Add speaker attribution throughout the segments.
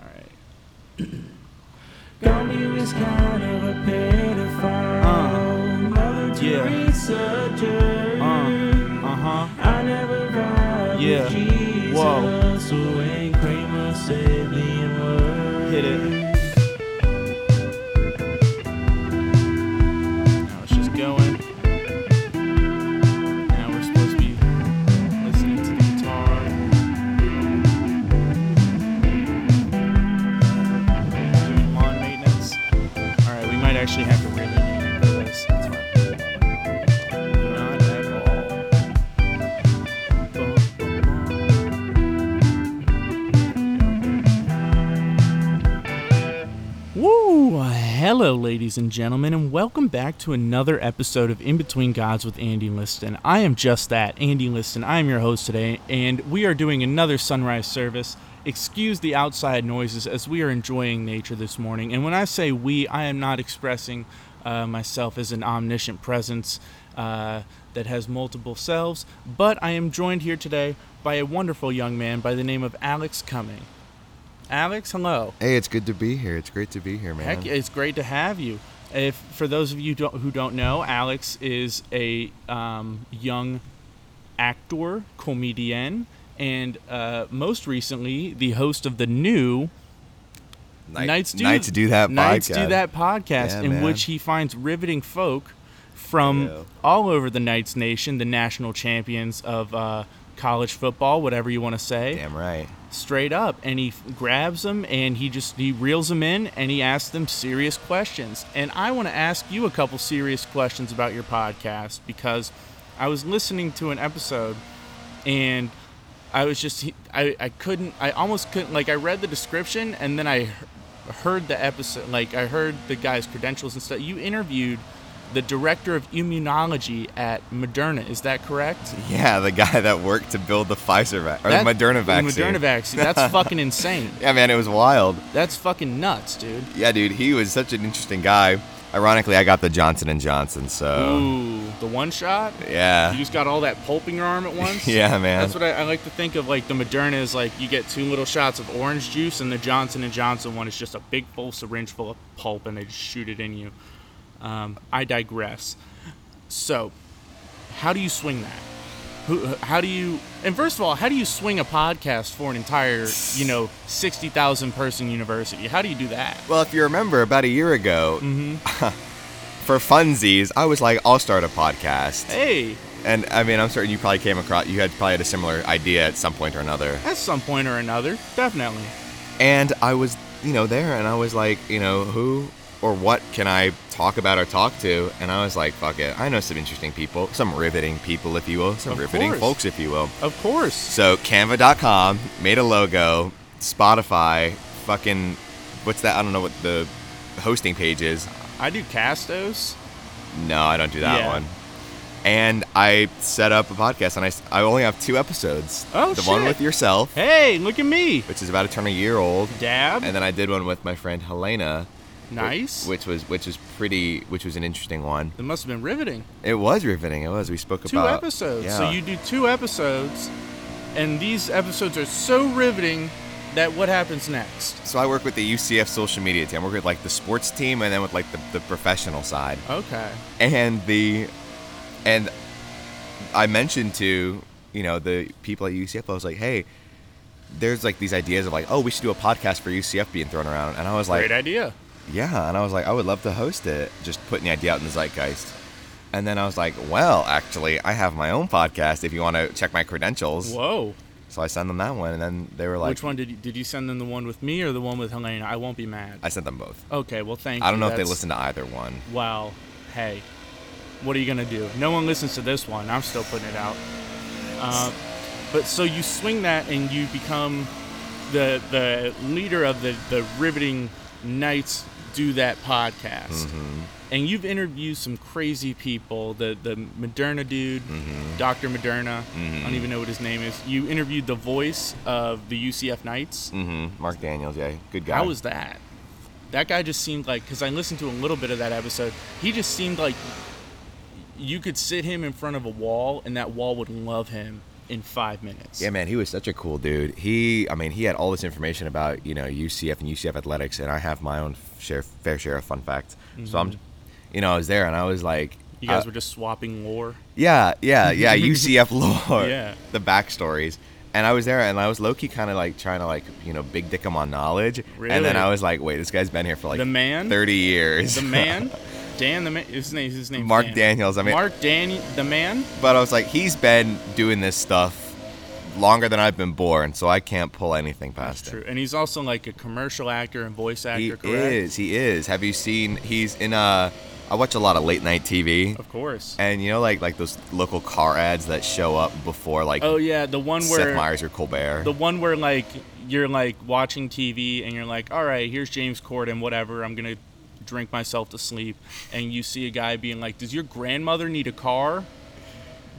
Speaker 1: is kind of a pedophile. Mother
Speaker 2: Uh, yeah.
Speaker 1: Teresa Church.
Speaker 2: Uh, uh-huh.
Speaker 1: I never ride
Speaker 2: Yeah.
Speaker 1: with Jesus.
Speaker 2: Whoa.
Speaker 1: So when Kramer said the N-word.
Speaker 2: Hit it. Now it's just going. Now we're supposed to be listening to the guitar. Doing lawn maintenance. Alright, we might actually have to really make it for this. That's fine. Not at all. Bum, bum, bum. Woo! Hello, ladies and gentlemen, and welcome back to another episode of In Between Gods with Andy Liston. I am just that, Andy Liston. I am your host today, and we are doing another sunrise service. Excuse the outside noises as we are enjoying nature this morning. And when I say we, I am not expressing uh, myself as an omniscient presence uh, that has multiple selves, but I am joined here today by a wonderful young man by the name of Alex Cumming. Alex, hello.
Speaker 3: Hey, it's good to be here. It's great to be here, man.
Speaker 2: Heck, it's great to have you. If for those of you don't, who don't know, Alex is a um, young actor, comedian, and uh, most recently the host of the new
Speaker 3: Night-
Speaker 2: Nights Do
Speaker 3: Nights do that.
Speaker 2: Nights
Speaker 3: podcast.
Speaker 2: Do That podcast,
Speaker 3: Yeah,
Speaker 2: in
Speaker 3: man.
Speaker 2: which he finds riveting folk from
Speaker 3: Yeah.
Speaker 2: all over the Knights Nation, the national champions of uh, college football, whatever you want to say
Speaker 3: Damn right.
Speaker 2: straight up and he f- grabs them and he just he reels them in and he asks them serious questions and i want to ask you a couple serious questions about your podcast because i was listening to an episode and i was just i, I couldn't i almost couldn't like i read the description and then i h- heard the episode like i heard the guy's credentials and stuff you interviewed the director of immunology at moderna is that correct
Speaker 3: Yeah, the guy that worked to build the Pfizer vac- or
Speaker 2: That-
Speaker 3: the Moderna vaccine.
Speaker 2: Moderna vaccine. That's fucking insane.
Speaker 3: Yeah, man, it was wild.
Speaker 2: That's fucking nuts, dude.
Speaker 3: Yeah, dude, he was such an interesting guy. Ironically, I got the Johnson and Johnson, so
Speaker 2: Ooh, the one shot. You
Speaker 3: yeah,
Speaker 2: just got all that pulp in your arm at once.
Speaker 3: yeah, man.
Speaker 2: That's what I, I like to think of. Like the Moderna is like you get two little shots of orange juice, and the Johnson and Johnson one is just a big full syringe full of pulp, and they just shoot it in you. Um, I digress. So, how do you swing that? Who, how do you? And first of all, how do you swing a podcast for an entire, you know, sixty thousand person university? How do you do that?
Speaker 3: well, if you remember, about a year ago,
Speaker 2: Mm-hmm.
Speaker 3: for funsies, I was like, I'll start a podcast,
Speaker 2: Hey,
Speaker 3: and I mean, I'm certain you probably came across, you had probably had a similar idea at some point or another.
Speaker 2: at some point or another, definitely.
Speaker 3: and I was, you know, there, and I was like, you know, who or what can I talk about or talk to? And I was like, fuck it, I know some interesting people, some riveting people, if you will, some
Speaker 2: Of
Speaker 3: riveting
Speaker 2: course.
Speaker 3: folks, if you will.
Speaker 2: Of course.
Speaker 3: So Canva.com made a logo, Spotify, fucking, what's that? I don't know what the hosting page is.
Speaker 2: I do Castos.
Speaker 3: No, I don't do that
Speaker 2: Yeah.
Speaker 3: one. And I set up a podcast, and I, s- I only have two episodes.
Speaker 2: Oh,
Speaker 3: the one
Speaker 2: shit.
Speaker 3: with yourself,
Speaker 2: Hey, look at me.
Speaker 3: which is about to turn a year old,
Speaker 2: Dab.
Speaker 3: and then I did one with my friend Helena,
Speaker 2: nice.
Speaker 3: which was which was pretty which was an interesting one
Speaker 2: It must have been riveting.
Speaker 3: it was riveting it was we spoke
Speaker 2: Two
Speaker 3: about
Speaker 2: episodes.
Speaker 3: yeah.
Speaker 2: So you do two episodes, and these episodes are so riveting that what happens next?
Speaker 3: so i work with the ucf social media team i work with like the sports team and then with like the, the professional side
Speaker 2: Okay.
Speaker 3: and the and i mentioned to you know the people at ucf i was like hey there's like these ideas of like oh we should do a podcast for ucf being thrown around and i was like
Speaker 2: Great idea.
Speaker 3: yeah and i was like i would love to host it just putting the idea out in the zeitgeist and then i was like well actually i have my own podcast if you want to check my credentials
Speaker 2: Whoa.
Speaker 3: So I sent them that one, and then they were like,
Speaker 2: Which one did you, did you send them? The one with me or the one with Helena? I won't be mad.
Speaker 3: I sent them both.
Speaker 2: okay. Well, thank you.
Speaker 3: I don't know if they
Speaker 2: That's-
Speaker 3: listen to either one.
Speaker 2: Wow. Hey, what are you gonna do? No one listens to this one. I'm still putting it out. Uh, but so you swing that and you become the the leader of the the riveting Knights Do That podcast. And you've interviewed some crazy people. The the Moderna dude, Doctor Moderna. I don't even know what his name is. You interviewed the voice of the UCF Knights.
Speaker 3: Mm-hmm. Mark Daniels, yeah, good guy.
Speaker 2: How was that? That guy just seemed like because I listened to a little bit of that episode. He just seemed like you could sit him in front of a wall and that wall would love him, in five minutes.
Speaker 3: Yeah, man, he was such a cool dude. He, I mean, he had all this information about you know UCF and UCF athletics, and I have my own share, fair share of fun facts. So I'm, you know, I was there and I was like,
Speaker 2: Mm-hmm. You guys
Speaker 3: uh,
Speaker 2: were just swapping lore.
Speaker 3: yeah, yeah, yeah, UCF lore,
Speaker 2: Yeah.
Speaker 3: the backstories. And I was there, and I was low key kind of like trying to like you know big dick him on knowledge, and
Speaker 2: Really?
Speaker 3: then I was like, wait, this guy's been here for like
Speaker 2: The man?
Speaker 3: thirty years,
Speaker 2: The man, Dan the man. His name. His name.
Speaker 3: Mark Daniels, I mean-
Speaker 2: Mark Dan the man.
Speaker 3: but I was like, he's been doing this stuff longer than I've been born, so I can't pull anything
Speaker 2: That's
Speaker 3: past him.
Speaker 2: true. And he's also like a commercial actor and voice actor.
Speaker 3: He
Speaker 2: correct?
Speaker 3: is. He is. Have you seen? He's in a. I watch a lot of late night TV,
Speaker 2: Of course.
Speaker 3: and you know, like like those local car ads that show up before like
Speaker 2: oh yeah, the one
Speaker 3: Seth
Speaker 2: where
Speaker 3: Meyers or Colbert.
Speaker 2: the one where like you're like watching TV and you're like, all right, here's James Corden, whatever. I'm gonna drink myself to sleep, and you see a guy being like, does your grandmother need a car?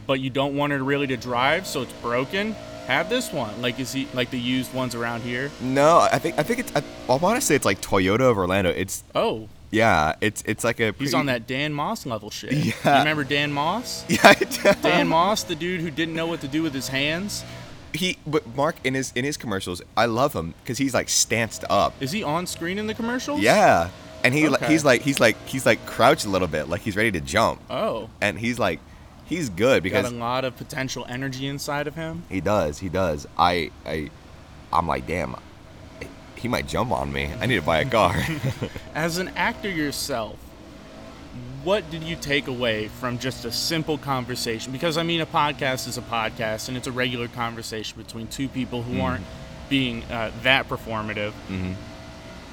Speaker 2: But you don't want her really to drive, so it's broken. Have this one. Like is he like the used ones around here?
Speaker 3: no, I think I think it's. I, I want to say it's like Toyota of Orlando. It's
Speaker 2: Oh,
Speaker 3: yeah. It's it's like a.
Speaker 2: he's
Speaker 3: pretty-
Speaker 2: on that Dan Moss level shit. You
Speaker 3: Yeah.
Speaker 2: remember Dan Moss?
Speaker 3: Yeah, I do.
Speaker 2: Dan Moss, the dude who didn't know what to do with his hands.
Speaker 3: he but Mark in his in his commercials, I love him because he's like stanced up.
Speaker 2: Is he on screen in the commercials?
Speaker 3: Yeah, and he like
Speaker 2: Okay.
Speaker 3: he's like he's like he's like crouched a little bit, like he's ready to jump,
Speaker 2: Oh.
Speaker 3: and he's like he's good because
Speaker 2: got a lot of potential energy inside of him.
Speaker 3: He does. He does. I, I, I'm like, damn. He might jump on me. I need to buy a car.
Speaker 2: As an actor yourself, what did you take away from just a simple conversation? Because I mean, a podcast is a podcast, and it's a regular conversation between two people who aren't being uh, that performative.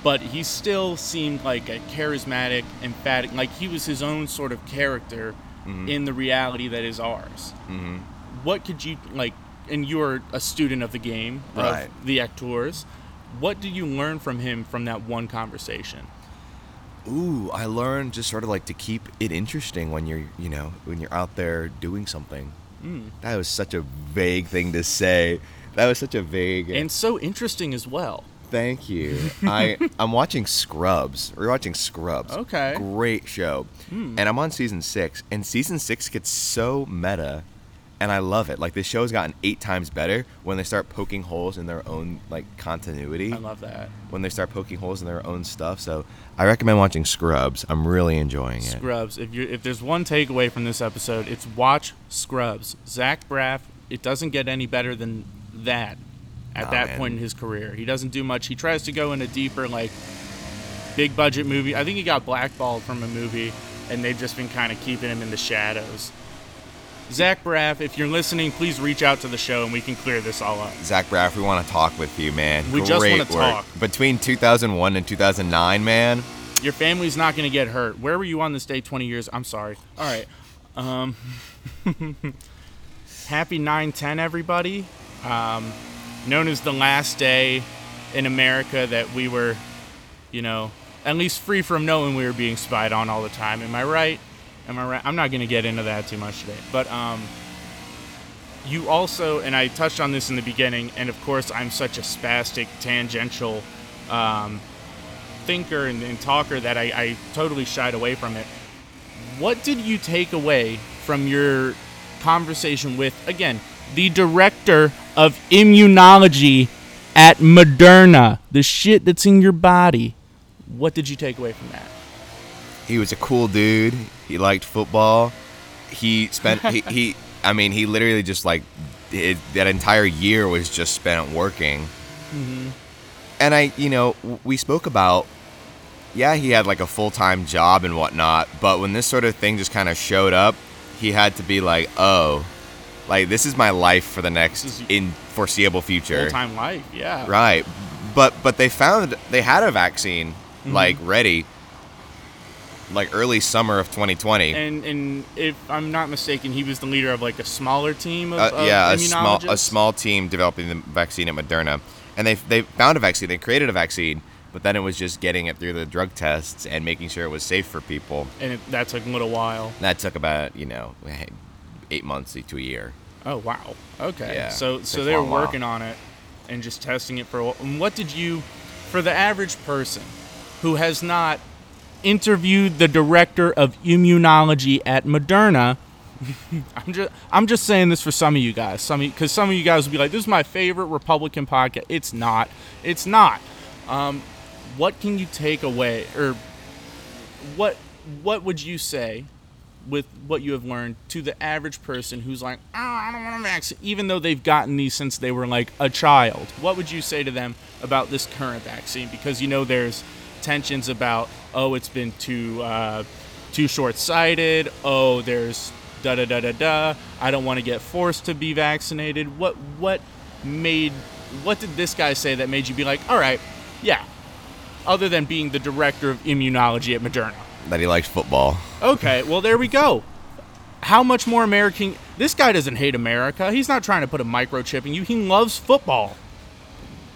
Speaker 2: But he still seemed like a charismatic, emphatic, like he was his own sort of character in the reality that is ours. What could you like? And you're a student of the game, of
Speaker 3: Right.
Speaker 2: the actors. What do you learn from him from that one conversation?
Speaker 3: Ooh, I learned just sort of like to keep it interesting when you're, you know, when you're out there doing something.
Speaker 2: Hmm.
Speaker 3: That was such a vague thing to say. That was such a vague.
Speaker 2: and so interesting as well.
Speaker 3: Thank you. I I'm watching Scrubs. We're watching Scrubs.
Speaker 2: Okay. Hmm.
Speaker 3: Great show. And I'm on season six, and season six gets so meta, and I love it. Like the show's gotten eight times better when they start poking holes in their own like continuity.
Speaker 2: I love that.
Speaker 3: when they start poking holes in their own stuff. So I recommend watching Scrubs. I'm really enjoying it.
Speaker 2: Scrubs. If you if there's one takeaway from this episode, it's watch Scrubs. Zach Braff. It doesn't get any better than that. At
Speaker 3: Nah,
Speaker 2: that
Speaker 3: man.
Speaker 2: point in his career, he doesn't do much. He tries to go in a deeper, like big budget movie. I think he got blackballed from a movie, and they've just been kind of keeping him in the shadows. Zach Braff, if you're listening, please reach out to the show and we can clear this all up.
Speaker 3: Zach Braff, we want to talk with you, man.
Speaker 2: We just
Speaker 3: Great
Speaker 2: wanna
Speaker 3: work.
Speaker 2: talk.
Speaker 3: Between 2001 and 2009, man.
Speaker 2: Your family's not going to get hurt. Where were you on this day 20 years? I'm sorry. All right. Um, happy 910, everybody. Um, known as the last day in America that we were, you know, at least free from knowing we were being spied on all the time. Am I right? Am I right? I'm not going to get into that too much today. But um, you also, and I touched on this in the beginning, and of course, I'm such a spastic, tangential thinker and, and talker that I, I totally shied away from it. What did you take away from your conversation with, again, the director of immunology at Moderna, the shit that's in your body? What did you take away from that?
Speaker 3: he was a cool dude. He liked football. He spent he, he I mean he literally just like it, that entire year was just spent working.
Speaker 2: Mm-hmm.
Speaker 3: And I you know w- we spoke about yeah he had like a full time job and whatnot, but when this sort of thing just kind of showed up, he had to be like oh. Like this is my life for the
Speaker 2: This
Speaker 3: next
Speaker 2: is-
Speaker 3: in foreseeable future.
Speaker 2: Full time life, yeah.
Speaker 3: Right. But but they found they had a vaccine
Speaker 2: Mm-hmm.
Speaker 3: like ready like early summer of 2020.
Speaker 2: And and if I'm not mistaken, he was the leader of like a smaller team of,
Speaker 3: Uh,
Speaker 2: of
Speaker 3: yeah, a small a
Speaker 2: immunologists?
Speaker 3: small team developing the vaccine at Moderna. And they they found a vaccine, they created a vaccine, but then it was just getting it through the drug tests and making sure it was safe for people.
Speaker 2: And it, that took a little while.
Speaker 3: That took about, you know, 8 months to a year.
Speaker 2: Oh wow. Okay.
Speaker 3: Yeah,
Speaker 2: So
Speaker 3: it
Speaker 2: so
Speaker 3: takes
Speaker 2: they
Speaker 3: a
Speaker 2: were
Speaker 3: long while.
Speaker 2: working on it and just testing it for a while. And what did you for the average person who has not interviewed the director of immunology at Moderna, I'm just I'm just saying this for some of you guys. Some because some of you guys will be like, "This is my favorite Republican podcast." It's not. It's not. Um, what can you take away, or what what would you say with what you have learned to the average person who's like, "Oh, I don't want to vaccine," even though they've gotten these since they were like a child? What would you say to them about this current vaccine? Because you know there's tensions about, oh, it's been too. Uh, too short-sighted. Oh, there's da da da da da. I don't want to get forced to be vaccinated. What what made what did this guy say that made you be like, all right, yeah. Other than being the director of immunology at Moderna.
Speaker 3: That he likes football.
Speaker 2: Okay, well there we go. How much more American? This guy doesn't hate America. He's not trying to put a microchip in you. He loves football.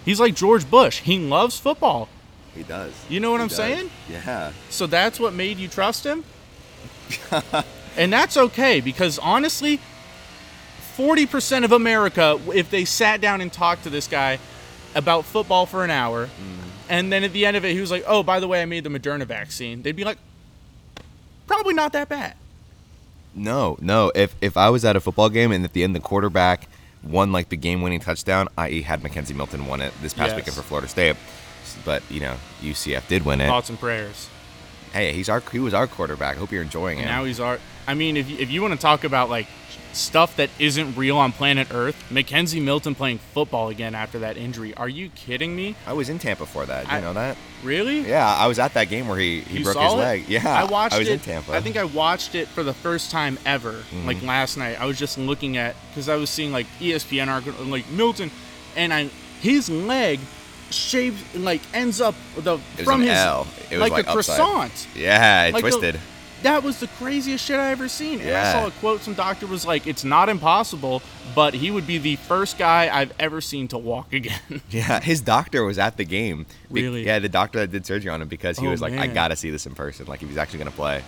Speaker 2: He's like George Bush. He loves football.
Speaker 3: He does.
Speaker 2: You know what He I'm does. saying?
Speaker 3: Yeah.
Speaker 2: So that's what made you trust him? and that's okay because honestly, 40% of America, if they sat down and talked to this guy about football for an hour, and then at the end of it, he was like, oh, by the way, I made the Moderna vaccine, they'd be like, probably not that bad.
Speaker 3: No, no. If if I was at a football game and at the end the quarterback won like the game-winning touchdown, i.e., had Mackenzie Milton won it this past
Speaker 2: Yes.
Speaker 3: weekend for Florida State, but you know UCF did win it.
Speaker 2: Thoughts and prayers.
Speaker 3: Hey, he's our he was our quarterback. I hope you're enjoying it.
Speaker 2: And now he's our. I mean, if, you- if you want to talk about like stuff that isn't real on planet Earth, Mackenzie Milton playing football again after that injury. Are you kidding me?
Speaker 3: I was in Tampa for that. You
Speaker 2: I-
Speaker 3: know that?
Speaker 2: Really?
Speaker 3: Yeah, I was at that game where he, he
Speaker 2: You
Speaker 3: broke
Speaker 2: saw
Speaker 3: his
Speaker 2: it?
Speaker 3: leg. Yeah,
Speaker 2: I watched
Speaker 3: was
Speaker 2: it.
Speaker 3: in Tampa. Mm-hmm.
Speaker 2: I think I watched it for the first time ever, like last night. I was just looking at because I was seeing like E ESPN article, like Milton, and I his leg shapes like ends up the
Speaker 3: was
Speaker 2: from
Speaker 3: an
Speaker 2: his
Speaker 3: L. It was
Speaker 2: like,
Speaker 3: like
Speaker 2: a
Speaker 3: upside.
Speaker 2: croissant.
Speaker 3: yeah, it
Speaker 2: Like the-
Speaker 3: twisted.
Speaker 2: That was the craziest shit I ever seen. And I
Speaker 3: Yeah.
Speaker 2: saw a quote some doctor was like, "It's not impossible, but he would be the first guy I've ever seen to walk again."
Speaker 3: Yeah, his doctor was at the game. Be-
Speaker 2: Really?
Speaker 3: Yeah, the doctor that did surgery on him because he
Speaker 2: Oh,
Speaker 3: was like, I
Speaker 2: man.
Speaker 3: gotta see this in person. Like, if he's actually gonna play.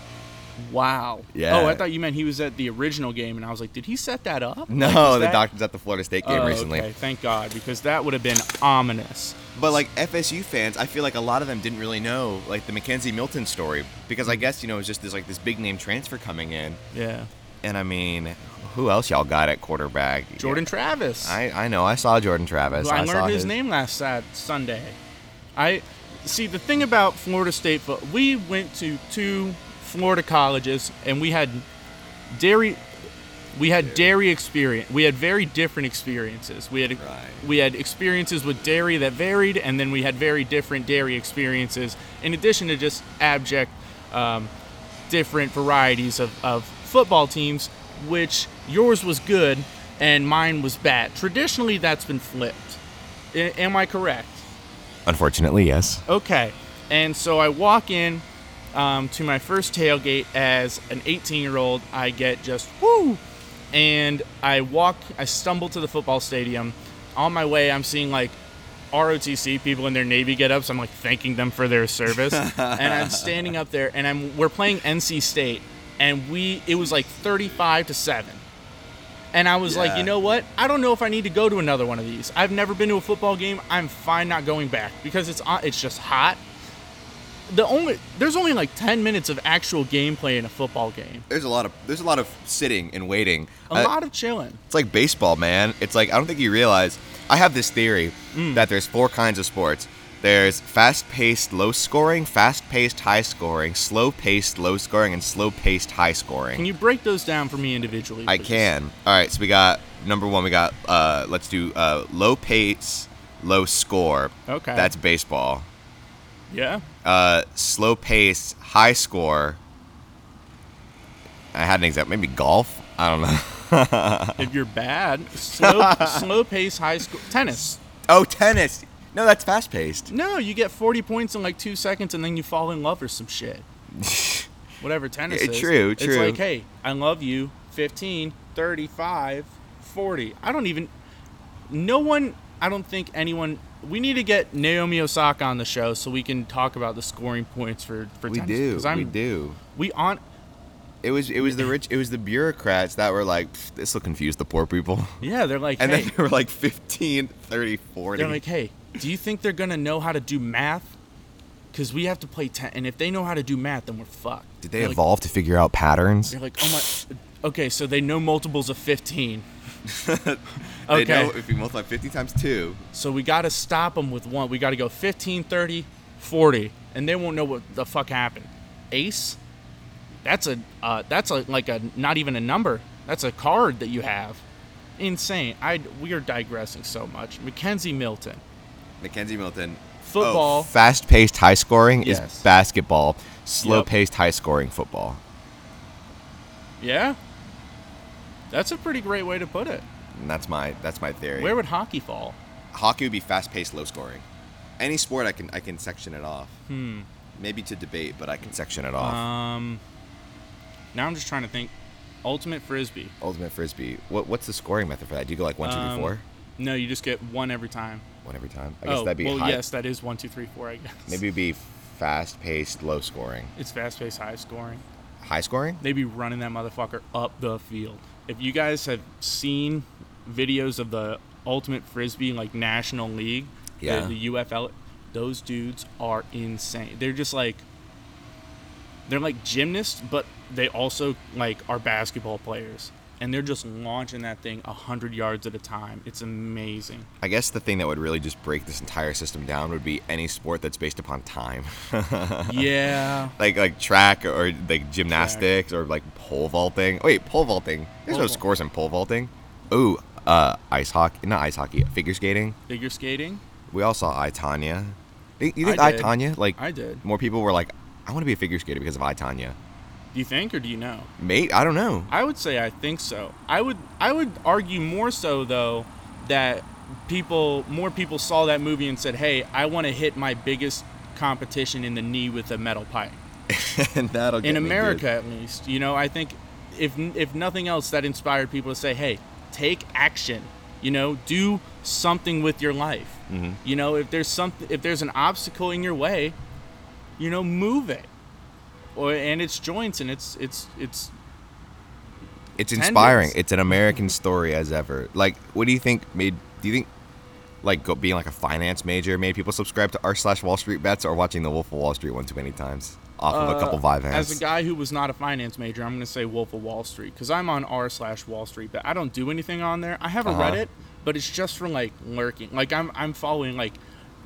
Speaker 2: wow.
Speaker 3: Yeah.
Speaker 2: Oh, I thought you meant he was at the original game, and I was like, "Did he set that up?"
Speaker 3: No,
Speaker 2: Like, was
Speaker 3: the
Speaker 2: that-
Speaker 3: doctor's at the Florida State game
Speaker 2: Oh,
Speaker 3: recently.
Speaker 2: Okay, thank God, because that would have been ominous.
Speaker 3: But like FSU fans, I feel like a lot of them didn't really know like the Mackenzie Milton story because I
Speaker 2: Mm.
Speaker 3: guess you know it was just this like this big name transfer coming in,
Speaker 2: Yeah.
Speaker 3: and I mean, who else y'all got at quarterback?
Speaker 2: Jordan Travis.
Speaker 3: I, I know I saw Jordan Travis.
Speaker 2: who I,
Speaker 3: saw
Speaker 2: learned his, name last Sat Sunday. I see the thing about Florida State. fo- We went to two Florida colleges, and we had dairy. We had dairy experience. We had very different experiences. We had
Speaker 3: Right.
Speaker 2: we had experiences with dairy that varied, and then we had very different dairy experiences. In addition to just abject um, different varieties of, of football teams, which yours was good and mine was bad. Traditionally, that's been flipped. A- am I correct?
Speaker 3: Unfortunately, yes.
Speaker 2: Okay. And so I walk in um, to my first tailgate as an 18 year old. I get just woo! And I walk, I stumble to the football stadium. On my way, I'm seeing like ROTC people in their Navy get ups. I'm like thanking them for their service. and I'm standing up there and I'm we're playing NC State and we it was like 35 to 7. And I was like,
Speaker 3: Yeah.
Speaker 2: you know what? I don't know if I need to go to another one of these. I've never been to a football game. I'm fine not going back because it's on- it's just hot. The only there's only like 10 minutes of actual gameplay in a football game.
Speaker 3: There's a lot of there's a lot of sitting and waiting.
Speaker 2: A
Speaker 3: I-
Speaker 2: lot of chilling.
Speaker 3: It's like baseball, man. It's like I don't think you realize. I have this theory
Speaker 2: Mm.
Speaker 3: that there's four kinds of sports. There's fast-paced, low-scoring, fast-paced, high-scoring, slow-paced, low-scoring, and slow-paced, high-scoring.
Speaker 2: Can you break those down for me individually?
Speaker 3: I
Speaker 2: please?
Speaker 3: can. All right, so we got number one. We got uh, let's do uh, low pace, low score.
Speaker 2: Okay.
Speaker 3: That's baseball.
Speaker 2: Yeah.
Speaker 3: Uh, slow pace, high score. I had an example. Maybe golf. I don't know.
Speaker 2: If you're bad, slow slow pace high school tennis.
Speaker 3: Oh, tennis. No, that's fast paced.
Speaker 2: No, you get 40 points in like two seconds and then you fall in love or some shit. Whatever tennis
Speaker 3: Yeah,
Speaker 2: is.
Speaker 3: true,
Speaker 2: It's
Speaker 3: true.
Speaker 2: like, hey, I love you, 15, 35, 40. I don't even. No one, I don't think anyone. We need to get Naomi Osaka on the show so we can talk about the scoring points for, for
Speaker 3: We
Speaker 2: tennis.
Speaker 3: do.
Speaker 2: 'cause I'm,
Speaker 3: We do.
Speaker 2: We on.
Speaker 3: It was it was the rich it was the bureaucrats that were like "Pfft, this will confuse the poor people.
Speaker 2: Yeah, they're like,
Speaker 3: And
Speaker 2: hey.
Speaker 3: then they were like 15, 30, 40.
Speaker 2: They're like, hey, do you think they're gonna know how to do math? Because we have to play ten, and if they know how to do math, then we're fucked.
Speaker 3: Did they
Speaker 2: They're like-
Speaker 3: evolve to figure out patterns?
Speaker 2: They're like, oh my, Okay, so they know multiples of 15.
Speaker 3: They
Speaker 2: Okay.
Speaker 3: know if you multiply 50 times 2,
Speaker 2: So we got to stop them with one. We got to go 15, 30, 40, and they won't know what the fuck happened. Ace? That's a uh, that's a, like a not even a number. That's a card that you have. Insane. I we are digressing so much. Mackenzie Milton.
Speaker 3: Mackenzie Milton.
Speaker 2: Football.
Speaker 3: fast paced high scoring
Speaker 2: Yes.
Speaker 3: is basketball, slow paced high scoring football.
Speaker 2: Yeah. That's a pretty great way to put it.
Speaker 3: And that's my that's my theory.
Speaker 2: Where would hockey fall?
Speaker 3: hockey would be fast paced, low scoring. Any sport I can I can section it off. Hmm. Maybe to debate, but I can section it off.
Speaker 2: Um Now I'm just trying to think ultimate frisbee.
Speaker 3: Ultimate frisbee. What what's the scoring method for that? Do you go like one, two, three, four?
Speaker 2: Uh, Um, No, you just get one every time.
Speaker 3: One every time. I guess
Speaker 2: oh,
Speaker 3: that'd be
Speaker 2: well,
Speaker 3: high.
Speaker 2: yes, that is one, two, three, four. I guess
Speaker 3: Maybe it'd be fast paced, low scoring,
Speaker 2: it's fast-paced, high-scoring.
Speaker 3: high scoring.
Speaker 2: They be running that motherfucker up the field. If you guys have seen videos of the Ultimate Frisbee, like National League, the-
Speaker 3: Yeah.
Speaker 2: the, UFL, those dudes are insane. They're just like, they're like gymnasts, but they also like are basketball players, and they're just launching that thing hundred yards at a time. It's amazing.
Speaker 3: I guess the thing that would really just break this entire system down would be any sport that's based upon time.
Speaker 2: yeah.
Speaker 3: like like track or like gymnastics or like pole vaulting. Wait, pole vaulting.
Speaker 2: Pole
Speaker 3: There's no
Speaker 2: vault.
Speaker 3: scores in pole vaulting. Ooh, uh, ice hockey. Not ice hockey. Figure skating.
Speaker 2: Figure skating.
Speaker 3: We all saw I Tanya. You you
Speaker 2: I
Speaker 3: think I,
Speaker 2: did.
Speaker 3: Tanya? Like
Speaker 2: I did.
Speaker 3: More people were like, I want to be a figure skater because of I Tanya.
Speaker 2: Do you think or do you know?
Speaker 3: Mate, I don't know.
Speaker 2: I would say I think so. I would I would argue more so though that people more people saw that movie and said, "Hey, I want to hit my biggest competition in the knee with a metal pipe."
Speaker 3: and that'll get
Speaker 2: in
Speaker 3: me, dude.
Speaker 2: America at least. You know, I think if if nothing else that inspired people to say, "Hey, take action." You know, do something with your life. You know, if there's something if there's an obstacle in your way, you know, move it. Or and it's joints and it's it's it's
Speaker 3: It's
Speaker 2: Tendons.
Speaker 3: inspiring. It's an American story as ever. Like, what do you think made? Do you think like go, being like a finance major made people subscribe to r slash Wall Street bets or watching The Wolf of Wall Street one too many times off of a
Speaker 2: Uh,
Speaker 3: couple Vyvanse?
Speaker 2: As a guy who was not a finance major, I'm going to say Wolf of Wall Street because I'm on r slash Wall Street, but I don't do anything on there. I have a
Speaker 3: Uh-huh.
Speaker 2: Reddit, but it's just for like lurking. Like I'm I'm following like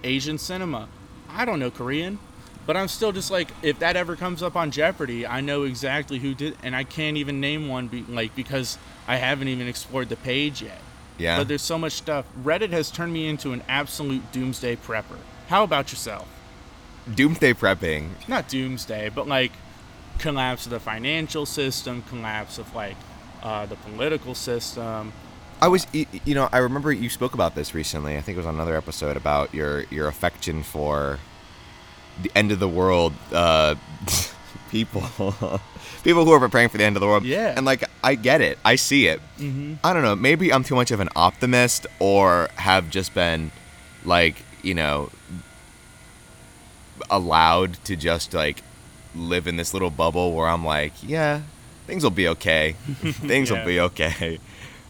Speaker 2: Asian cinema. I don't know Korean, but I'm still just like if that ever comes up on Jeopardy, I know exactly who did, and I can't even name one be, like because I haven't even explored the page yet.
Speaker 3: yeah.
Speaker 2: But there's so much stuff. Reddit has turned me into an absolute doomsday prepper. How about yourself?
Speaker 3: Doomsday prepping.
Speaker 2: not doomsday, but like collapse of the financial system, collapse of like uh, the political system.
Speaker 3: I was, y- y- you know, I remember you spoke about this recently. I think it was on another episode about your your affection for the end of the world uh, people, people who are preparing for the end of the world.
Speaker 2: Yeah.
Speaker 3: and like I get it, I see it. Mm-hmm. I don't know. Maybe I'm too much of an optimist, or have just been like, you know, allowed to just like live in this little bubble where I'm like, yeah, things will be okay. things
Speaker 2: Yeah.
Speaker 3: will be okay.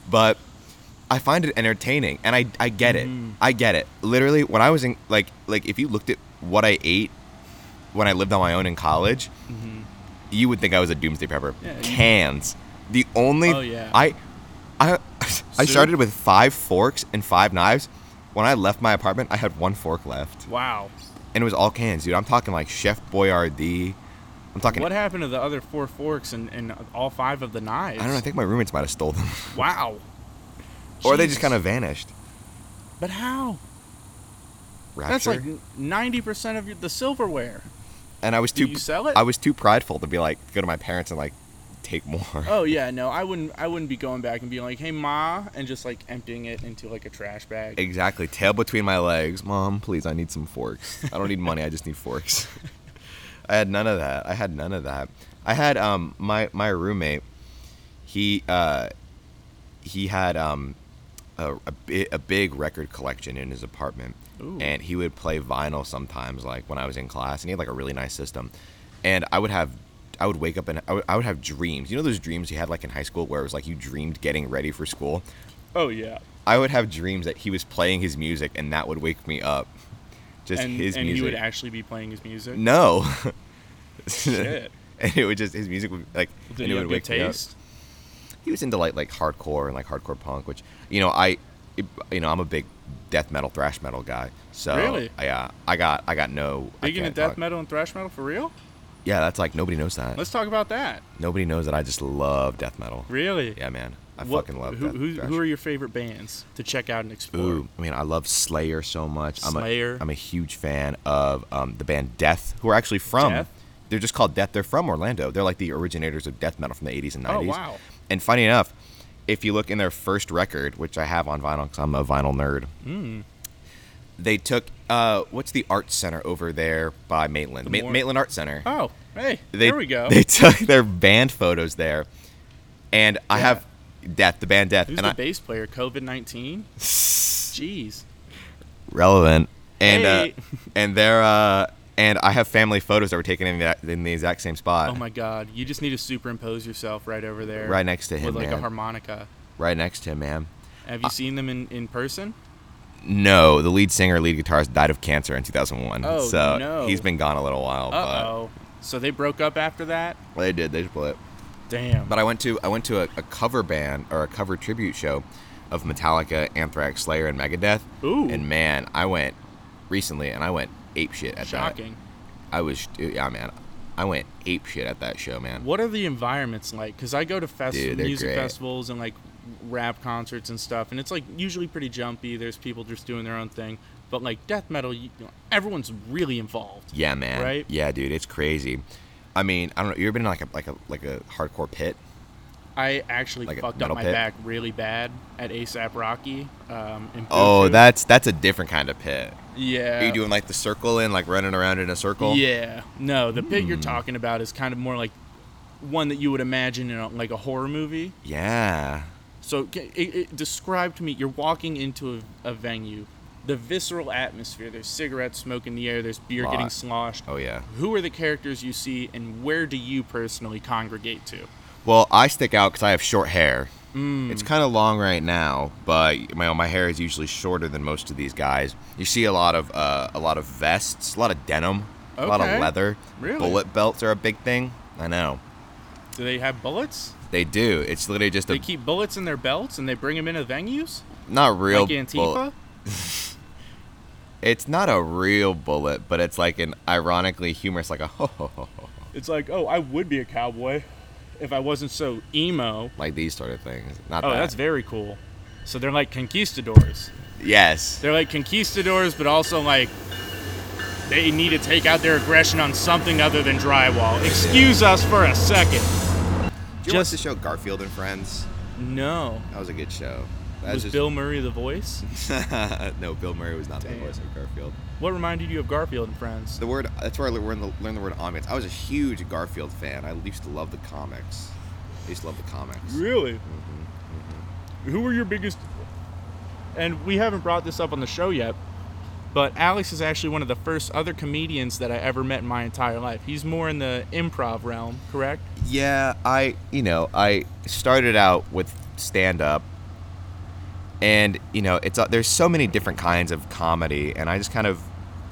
Speaker 3: But I find it entertaining and I, I get it.
Speaker 2: Mm.
Speaker 3: I get it. Literally when I was in like like if you looked at what I ate when I lived on my own in college, you would think I was a doomsday prepper.
Speaker 2: Mm-hmm. Yeah, you-
Speaker 3: Cans. The only
Speaker 2: Oh, yeah.
Speaker 3: I I I
Speaker 2: Soup.
Speaker 3: started with five forks and five knives. When I left my apartment, I had one fork left
Speaker 2: Wow.
Speaker 3: and it was all cans, dude. I'm talking like Chef Boyardee. I'm talking.
Speaker 2: What happened to the other four forks and, and all five of the knives?
Speaker 3: I don't know. I think my roommates might have stole them,
Speaker 2: Wow.
Speaker 3: or they just
Speaker 2: Jesus.
Speaker 3: kind of vanished.
Speaker 2: But how? That's
Speaker 3: Rapture.
Speaker 2: like ninety percent of your, the silverware.
Speaker 3: and I was too.
Speaker 2: Did you sell it?
Speaker 3: I was too prideful to be like go to my parents and like take more.
Speaker 2: Oh yeah, no, I wouldn't. I wouldn't be going back and being like, "Hey, ma," and just like emptying it into like a trash bag.
Speaker 3: Exactly. Tail between my legs. Mom, please, I need some forks. I don't need money. I just need forks. I had none of that. I had none of that. I had um my my roommate. He uh he had um a a, bi- a big record collection in his apartment,
Speaker 2: Ooh.
Speaker 3: and he would play vinyl sometimes. Like when I was in class, and he had like a really nice system, and I would have. I would wake up and I would, I would have dreams. You know those dreams you had like in high school where it was like you dreamed getting ready for school?
Speaker 2: Oh yeah.
Speaker 3: I would have dreams that he was playing his music, and that would wake me up. Just
Speaker 2: and
Speaker 3: his
Speaker 2: and he
Speaker 3: music.
Speaker 2: would actually be playing his music.
Speaker 3: no.
Speaker 2: Shit.
Speaker 3: and it would just his music would like
Speaker 2: Did
Speaker 3: and
Speaker 2: he
Speaker 3: it
Speaker 2: have
Speaker 3: would
Speaker 2: good
Speaker 3: wake me up.
Speaker 2: taste?
Speaker 3: he was into like like hardcore and like hardcore punk, which you know I, it- you know I'm a big death metal thrash metal guy. So
Speaker 2: Really?
Speaker 3: yeah, I got I got no. I
Speaker 2: Big into
Speaker 3: can't
Speaker 2: death
Speaker 3: talk-
Speaker 2: metal and thrash metal for real?
Speaker 3: Yeah, that's like nobody knows that.
Speaker 2: Let's talk about that.
Speaker 3: nobody knows that I just love death metal.
Speaker 2: Really?
Speaker 3: Yeah, man, I
Speaker 2: What-
Speaker 3: fucking love
Speaker 2: Who,
Speaker 3: death
Speaker 2: who,
Speaker 3: thrash.
Speaker 2: who are your favorite bands to check out and explore?
Speaker 3: Ooh, I mean, I love Slayer so much.
Speaker 2: Slayer.
Speaker 3: I'm a, I'm a huge fan of um, the band Death, who are actually from.
Speaker 2: Death?
Speaker 3: They're just called Death. They're from Orlando. They're like the originators of death metal from the 80s and 90s.
Speaker 2: Oh, wow.
Speaker 3: And funny enough, if you look in their first record, which I have on vinyl because I'm a vinyl nerd,
Speaker 2: Hmm.
Speaker 3: they took uh, what's the art center over there by Maitland? Ma-
Speaker 2: Moore-
Speaker 3: Maitland Art Center.
Speaker 2: Oh, hey,
Speaker 3: They-
Speaker 2: there we go.
Speaker 3: They took their band photos there, and I
Speaker 2: Yeah.
Speaker 3: have Death, the band Death,
Speaker 2: Who's
Speaker 3: and
Speaker 2: the
Speaker 3: I,
Speaker 2: bass player? COVID nineteen. Jeez.
Speaker 3: relevant and
Speaker 2: Hey.
Speaker 3: uh, and they're uh, and I have family photos that were taken in the, in the exact same spot.
Speaker 2: Oh my God. You just need to superimpose yourself right over there.
Speaker 3: Right next to him,
Speaker 2: With like a
Speaker 3: man.
Speaker 2: harmonica.
Speaker 3: Right next to him, man.
Speaker 2: Have you seen them in, in person?
Speaker 3: No, the lead singer, lead guitarist, died of cancer in 2001.
Speaker 2: Oh,
Speaker 3: so
Speaker 2: no.
Speaker 3: he's been gone a little while.
Speaker 2: Uh oh. So they broke up after that.
Speaker 3: But they did. They split.
Speaker 2: Damn.
Speaker 3: But I went to I went to a, a cover band or a cover tribute show of Metallica, Anthrax, Slayer, and Megadeth.
Speaker 2: Ooh.
Speaker 3: And man, I went recently, and I went ape shit at that.
Speaker 2: Shocking.
Speaker 3: I was yeah, man. I went ape shit at that show, man.
Speaker 2: What are the environments like? Because I go to fest-
Speaker 3: Dude, they're
Speaker 2: music
Speaker 3: great.
Speaker 2: festivals and like rap concerts and stuff, and it's like usually pretty jumpy. There's people just doing their own thing, but like death metal, you, you know, everyone's really involved.
Speaker 3: Yeah, man.
Speaker 2: Right?
Speaker 3: Yeah, dude, it's crazy. I mean, I don't know. You ever been in like a like a like a hardcore pit?
Speaker 2: I actually
Speaker 3: Like a
Speaker 2: fucked up
Speaker 3: metal
Speaker 2: my
Speaker 3: pit?
Speaker 2: back really bad at ASAP Rocky. Um, in
Speaker 3: Oh,
Speaker 2: Buku.
Speaker 3: that's that's a different kind of pit.
Speaker 2: yeah.
Speaker 3: Are you doing like the circle and like running around in a circle?
Speaker 2: Yeah. No, the pit
Speaker 3: Hmm.
Speaker 2: you're talking about is kind of more like one that you would imagine in a, like a horror movie.
Speaker 3: Yeah.
Speaker 2: So c- it, it, describe to me, you're walking into a, a venue, the visceral atmosphere. There's cigarette smoke in the air. There's beer
Speaker 3: Lot.
Speaker 2: getting sloshed.
Speaker 3: Oh yeah.
Speaker 2: Who are the characters you see, and where do you personally congregate to?
Speaker 3: Well, I stick out because I have short hair.
Speaker 2: Mm.
Speaker 3: It's kind of long right now, but my my hair is usually shorter than most of these guys. You see a lot of uh, a lot of vests, a lot of denim, a lot
Speaker 2: Okay.
Speaker 3: of leather.
Speaker 2: Really?
Speaker 3: Bullet belts are a big thing. I know.
Speaker 2: Do they have bullets?
Speaker 3: They do. It's literally just
Speaker 2: They
Speaker 3: a
Speaker 2: keep bullets in their belts and they bring them into venues,
Speaker 3: not real
Speaker 2: like Antifa.
Speaker 3: bullet- It's not a real bullet, but it's like an ironically humorous, like a ho ho ho, ho,
Speaker 2: It's like, oh, I would be a cowboy if I wasn't so emo.
Speaker 3: like these sort of things. Not
Speaker 2: Oh,
Speaker 3: that.
Speaker 2: that's very cool. So they're like conquistadors.
Speaker 3: yes.
Speaker 2: They're like conquistadors, but also like they need to take out their aggression on something other than drywall. Excuse us for a second.
Speaker 3: Did you
Speaker 2: just-
Speaker 3: watch the show Garfield and Friends?
Speaker 2: No.
Speaker 3: That was a good show. That
Speaker 2: Was Bill Murray the voice?
Speaker 3: no, Bill Murray was not the voice of Garfield.
Speaker 2: What reminded you of Garfield and Friends?
Speaker 3: The word that's where I learned the, learned the word ambience. I was a huge Garfield fan. I used to love the comics. I used to love the comics.
Speaker 2: Really? Mm-hmm. Who were your biggest? And we haven't brought this up on the show yet, but Alex is actually one of the first other comedians that I ever met in my entire life. He's more in the improv realm, correct?
Speaker 3: yeah i you know i started out with stand up and you know it's uh, there's so many different kinds of comedy and i just kind of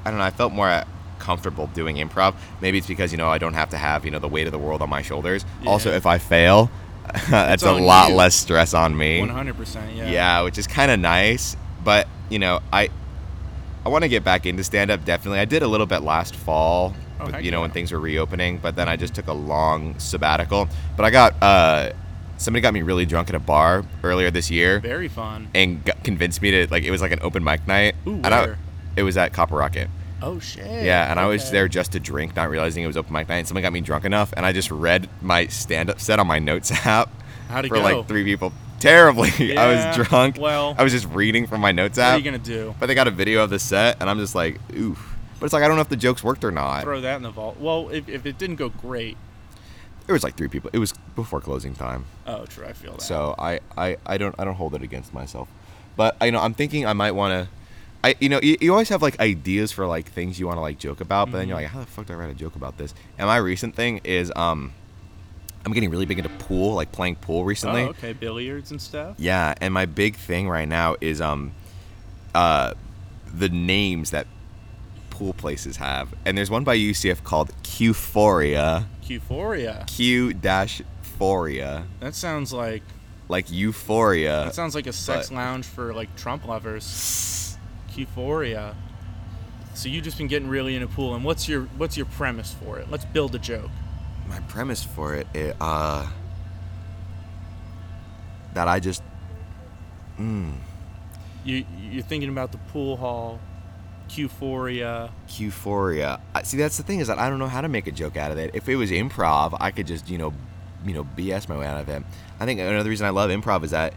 Speaker 3: i don't know i felt more uh, comfortable doing improv maybe it's because you know i don't have to have you know the weight of the world on my shoulders also
Speaker 2: Yeah.
Speaker 3: if i fail that's a
Speaker 2: on
Speaker 3: lot
Speaker 2: you.
Speaker 3: less stress on me
Speaker 2: One hundred percent. Yeah.
Speaker 3: yeah, which is kind of nice. But you know, I I want to get back into stand up. Definitely, I did a little bit last fall.
Speaker 2: Oh,
Speaker 3: with-
Speaker 2: heck
Speaker 3: you know, when
Speaker 2: yeah.
Speaker 3: things were reopening, but then I just took a long sabbatical. But I got uh, somebody got me really drunk at a bar earlier this year
Speaker 2: Very fun.
Speaker 3: and got, convinced me to like it was like an open mic night.
Speaker 2: Ooh,
Speaker 3: and I,
Speaker 2: where?
Speaker 3: it was at Copper Rocket.
Speaker 2: Oh shit.
Speaker 3: Yeah, and I was
Speaker 2: Okay.
Speaker 3: there just to drink, not realizing it was open mic night. And someone got me drunk enough, and I just read my stand up set on my notes app
Speaker 2: How'd it
Speaker 3: for
Speaker 2: go?
Speaker 3: like three people. Terribly. I
Speaker 2: Yeah,
Speaker 3: was drunk.
Speaker 2: well-
Speaker 3: I was just reading from my notes
Speaker 2: What are
Speaker 3: app.
Speaker 2: you gonna do?
Speaker 3: But they got a video of the set, and I'm just like, oof. But it's like, I don't know if the jokes worked or not.
Speaker 2: Throw that in the vault. Well, if, if it didn't go great,
Speaker 3: There was like three people. It was before closing time.
Speaker 2: oh, true, I feel that.
Speaker 3: So I, I, I don't I don't hold it against myself, but you know I'm thinking I might want to, I you know you, you always have like ideas for like things you want to like joke about, but then
Speaker 2: Mm-hmm.
Speaker 3: you're like how the fuck do I write a joke about this? And my recent thing is um, I'm getting really big into pool, like playing pool
Speaker 2: oh,
Speaker 3: recently.
Speaker 2: okay, billiards and stuff.
Speaker 3: Yeah, and my big thing right now is um, uh, the names that pool places have, and there's one by UCF called Qphoria,
Speaker 2: Qphoria.
Speaker 3: Q dash Phoria.
Speaker 2: That sounds like
Speaker 3: like Euphoria.
Speaker 2: That sounds like a sex
Speaker 3: Uh, but-
Speaker 2: lounge for like Trump lovers. Euphoria. So you've just been getting really in a pool, and what's your what's your premise for it? Let's build a joke.
Speaker 3: my premise for it, it uh that I just
Speaker 2: You you're thinking about the pool hall, Euphoria.
Speaker 3: euphoria. I- See, that's the thing is that I don't know how to make a joke out of it. If it was improv, I could just you know, you know, BS my way out of it. I think another reason I love improv is that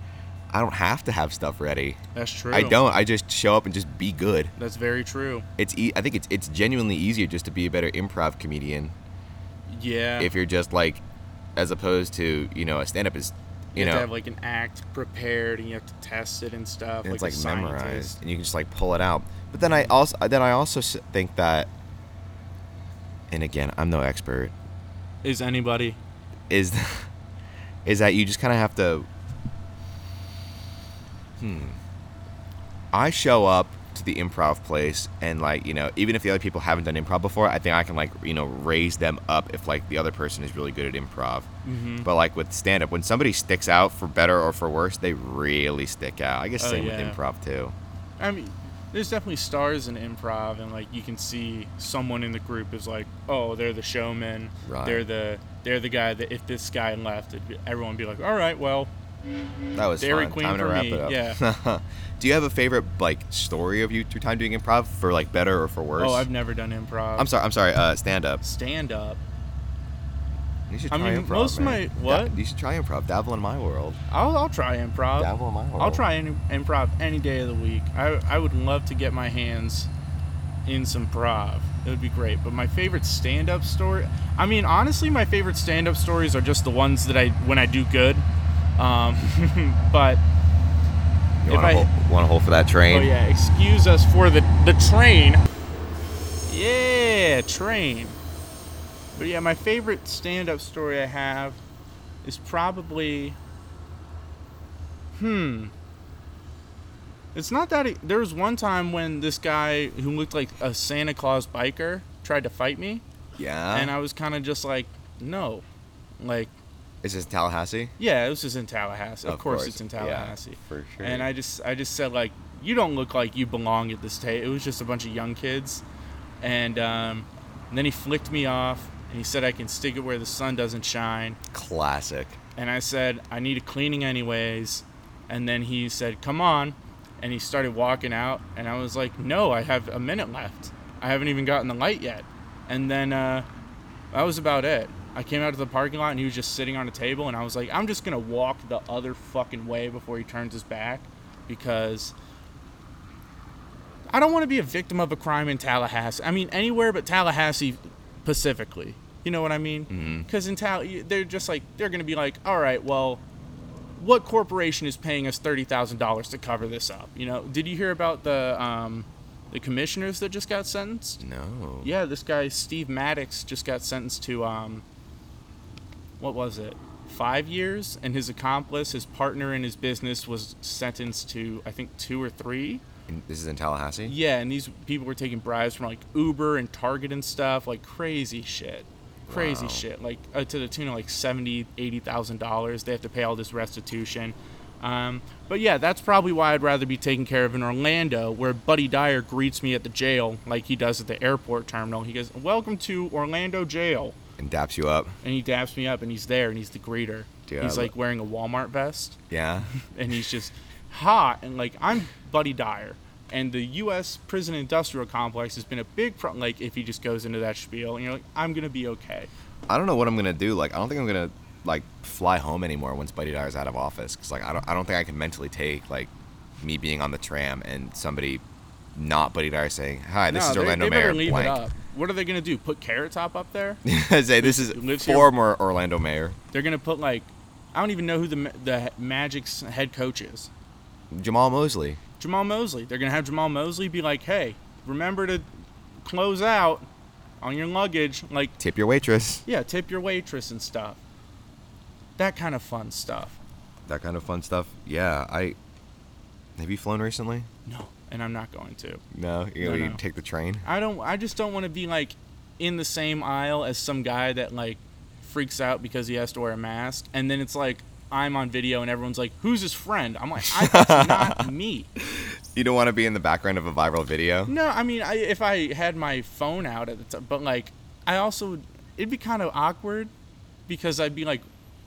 Speaker 3: I don't have to have stuff ready.
Speaker 2: That's true.
Speaker 3: I don't. I just show up and just be good.
Speaker 2: That's very true.
Speaker 3: It's. E- I think it's it's genuinely easier just to be a better improv comedian
Speaker 2: Yeah.
Speaker 3: if you're just like, as opposed to you know a stand up is, you,
Speaker 2: you
Speaker 3: know,
Speaker 2: have to have like an act prepared, and you have to test it and stuff.
Speaker 3: and
Speaker 2: like
Speaker 3: it's
Speaker 2: a
Speaker 3: like
Speaker 2: scientist.
Speaker 3: memorized, and you can just like pull it out. But then I also then I also s- think that, and again, I'm no expert.
Speaker 2: Is anybody?
Speaker 3: Is is that you just kind of have to. Hmm. I show up to the improv place and like you know even if the other people haven't done improv before i think i can like you know raise them up if like the other person is really good at improv
Speaker 2: Mm-hmm.
Speaker 3: but like with stand up when somebody sticks out for better or for worse they really stick out i guess
Speaker 2: Oh,
Speaker 3: same
Speaker 2: yeah.
Speaker 3: with improv too
Speaker 2: I mean, there's definitely stars in improv, and like you can see someone in the group is like, oh, they're the showman.
Speaker 3: Right.
Speaker 2: They're the they're the guy that if this guy left, it'd be, everyone would be like, all right, well,
Speaker 3: That was
Speaker 2: Dairy
Speaker 3: fun.
Speaker 2: Queen
Speaker 3: time to
Speaker 2: for
Speaker 3: wrap
Speaker 2: me,
Speaker 3: it up.
Speaker 2: yeah.
Speaker 3: Do you have a favorite like story of you your time doing improv for like better or for worse?
Speaker 2: oh, I've never done improv.
Speaker 3: I'm sorry. I'm sorry. Uh, stand up.
Speaker 2: Stand up.
Speaker 3: You should
Speaker 2: I
Speaker 3: try
Speaker 2: mean,
Speaker 3: improv.
Speaker 2: most of
Speaker 3: man.
Speaker 2: my- what?
Speaker 3: Da- you should try improv. Dabble in my world.
Speaker 2: I'll, I'll try improv.
Speaker 3: Dabble in my world.
Speaker 2: I'll try any, improv any day of the week. I, I would love to get my hands in some prov. It would be great. But my favorite stand up story, I mean, honestly, my favorite stand up stories are just the ones that I, when I do good. Um, but, if
Speaker 3: You want
Speaker 2: I-
Speaker 3: to hold, for that train?
Speaker 2: oh yeah, excuse us for the, the train. Yeah, train. But yeah, my favorite stand up story I have is probably. Hmm. It's not that. It, there was one time when this guy who looked like a Santa Claus biker tried to fight me,
Speaker 3: Yeah.
Speaker 2: and I was kind of just like, no. Like,
Speaker 3: Is this Tallahassee?
Speaker 2: yeah, this is in Tallahassee. Of, course, it's in
Speaker 3: Yeah,
Speaker 2: Tallahassee.
Speaker 3: for sure.
Speaker 2: And I just I just said like you don't look like you belong at this table. It was just a bunch of young kids, and, um, and then he flicked me off and he said I can stick it where the sun doesn't shine.
Speaker 3: classic.
Speaker 2: And I said I need a cleaning anyways, and then he said come on, and he started walking out and I was like no I have a minute left. I haven't even gotten the light yet, and then uh, that was about it. I came out to the parking lot and he was just sitting on a table and I was like, I'm just gonna walk the other fucking way before he turns his back because I don't want to be a victim of a crime in Tallahassee. I mean, anywhere but Tallahassee, specifically. You know what I mean? Because in Tal, you- they're just like they're gonna be like, all right, well, what corporation is paying us thirty thousand dollars to cover this up? You know? Did you hear about the um, the commissioners that just got sentenced?
Speaker 3: No.
Speaker 2: Yeah, this guy Steve Maddox just got sentenced to um, what was it, five years, and his accomplice, his partner in his business, was sentenced to I think two or three.
Speaker 3: And This is in Tallahassee.
Speaker 2: Yeah, and these people were taking bribes from like Uber and Target and stuff, like crazy shit, crazy
Speaker 3: Wow.
Speaker 2: shit, like uh, to the tune of like seventy, eighty thousand dollars. They have to pay all this restitution. Um, but yeah, that's probably why I'd rather be taken care of in Orlando, where Buddy Dyer greets me at the jail like he does at the airport terminal. He goes, "Welcome to Orlando Jail,"
Speaker 3: And daps you up.
Speaker 2: and he daps me up, and he's there, and he's the greeter.
Speaker 3: Dude,
Speaker 2: he's
Speaker 3: I lo-
Speaker 2: like wearing a Walmart vest
Speaker 3: Yeah.
Speaker 2: and he's just hot and like I'm Buddy Dyer and the U.S. prison industrial complex has been a big problem. Like if he just goes into that spiel and you're like, I'm gonna be okay.
Speaker 3: I don't know what I'm gonna do. Like, I don't think I'm gonna like fly home anymore once Buddy Dyer's out of office. Cause like, I don't, I don't think I can mentally take like me being on the tram and somebody not Buddy Dyer saying, "Hi, this
Speaker 2: no,
Speaker 3: is
Speaker 2: they-
Speaker 3: Orlando
Speaker 2: they better
Speaker 3: Mayor
Speaker 2: leave it
Speaker 3: blank."
Speaker 2: up. What are they gonna do? Put Carrot Top up there?
Speaker 3: Say this is
Speaker 2: lives here."
Speaker 3: former Orlando Mayor
Speaker 2: They're gonna put like, I don't even know who the Ma- the Magic's head coach is.
Speaker 3: Jamal Mosley.
Speaker 2: Jamal Mosley. They're gonna have Jamal Mosley be like, hey, remember to close out on your luggage. Like,
Speaker 3: Tip your waitress.
Speaker 2: yeah, tip your waitress and stuff. That kind of fun stuff.
Speaker 3: That kind of fun stuff. Yeah, I. Have you flown recently?
Speaker 2: No, and I'm not going to.
Speaker 3: No. You,
Speaker 2: No,
Speaker 3: you
Speaker 2: no.
Speaker 3: take the train.
Speaker 2: I don't. I just don't want to be like in the same aisle as some guy that like freaks out because he has to wear a mask, and then it's like, I'm on video and everyone's like, "Who's his friend?" I'm like, I, "That's not me."
Speaker 3: You don't want to be in the background of a viral video.
Speaker 2: No, I mean, I, if I had my phone out at the time, but like, I also it'd be kind of awkward because I'd be like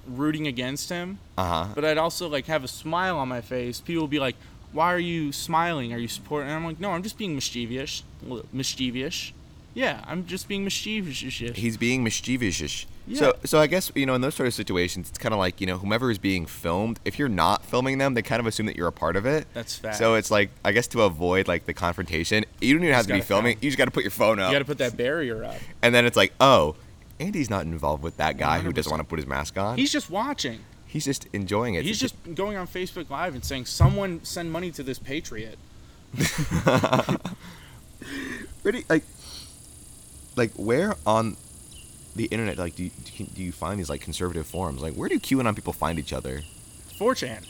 Speaker 2: rooting against him,
Speaker 3: Uh huh.
Speaker 2: but I'd also like have a smile on my face. People would be like, "Why are you smiling? Are you supporting?" And I'm like, "No, I'm just being mischievous, L- mischievous." Yeah, I'm just being mischievous.
Speaker 3: He's being mischievous.
Speaker 2: Yeah.
Speaker 3: So, so I guess you know in those sort of situations, it's kind of like you know whomever is being filmed. If you're not filming them, they kind of assume that you're a part of it.
Speaker 2: That's fact.
Speaker 3: So it's like I guess to avoid like the confrontation, you don't even have to be
Speaker 2: gotta film.
Speaker 3: filming. You just got to put your phone up,
Speaker 2: You got to put that barrier up.
Speaker 3: and then it's like, oh, Andy's not involved with that guy who doesn't want to put his mask on.
Speaker 2: He's just watching.
Speaker 3: He's just enjoying it.
Speaker 2: He's
Speaker 3: It's
Speaker 2: just going on Facebook Live and saying, "Someone send money to this patriot."
Speaker 3: pretty like like where on the internet like do you, do you- do you find these like conservative forums? Like where do QAnon people find each other?
Speaker 2: 4chan.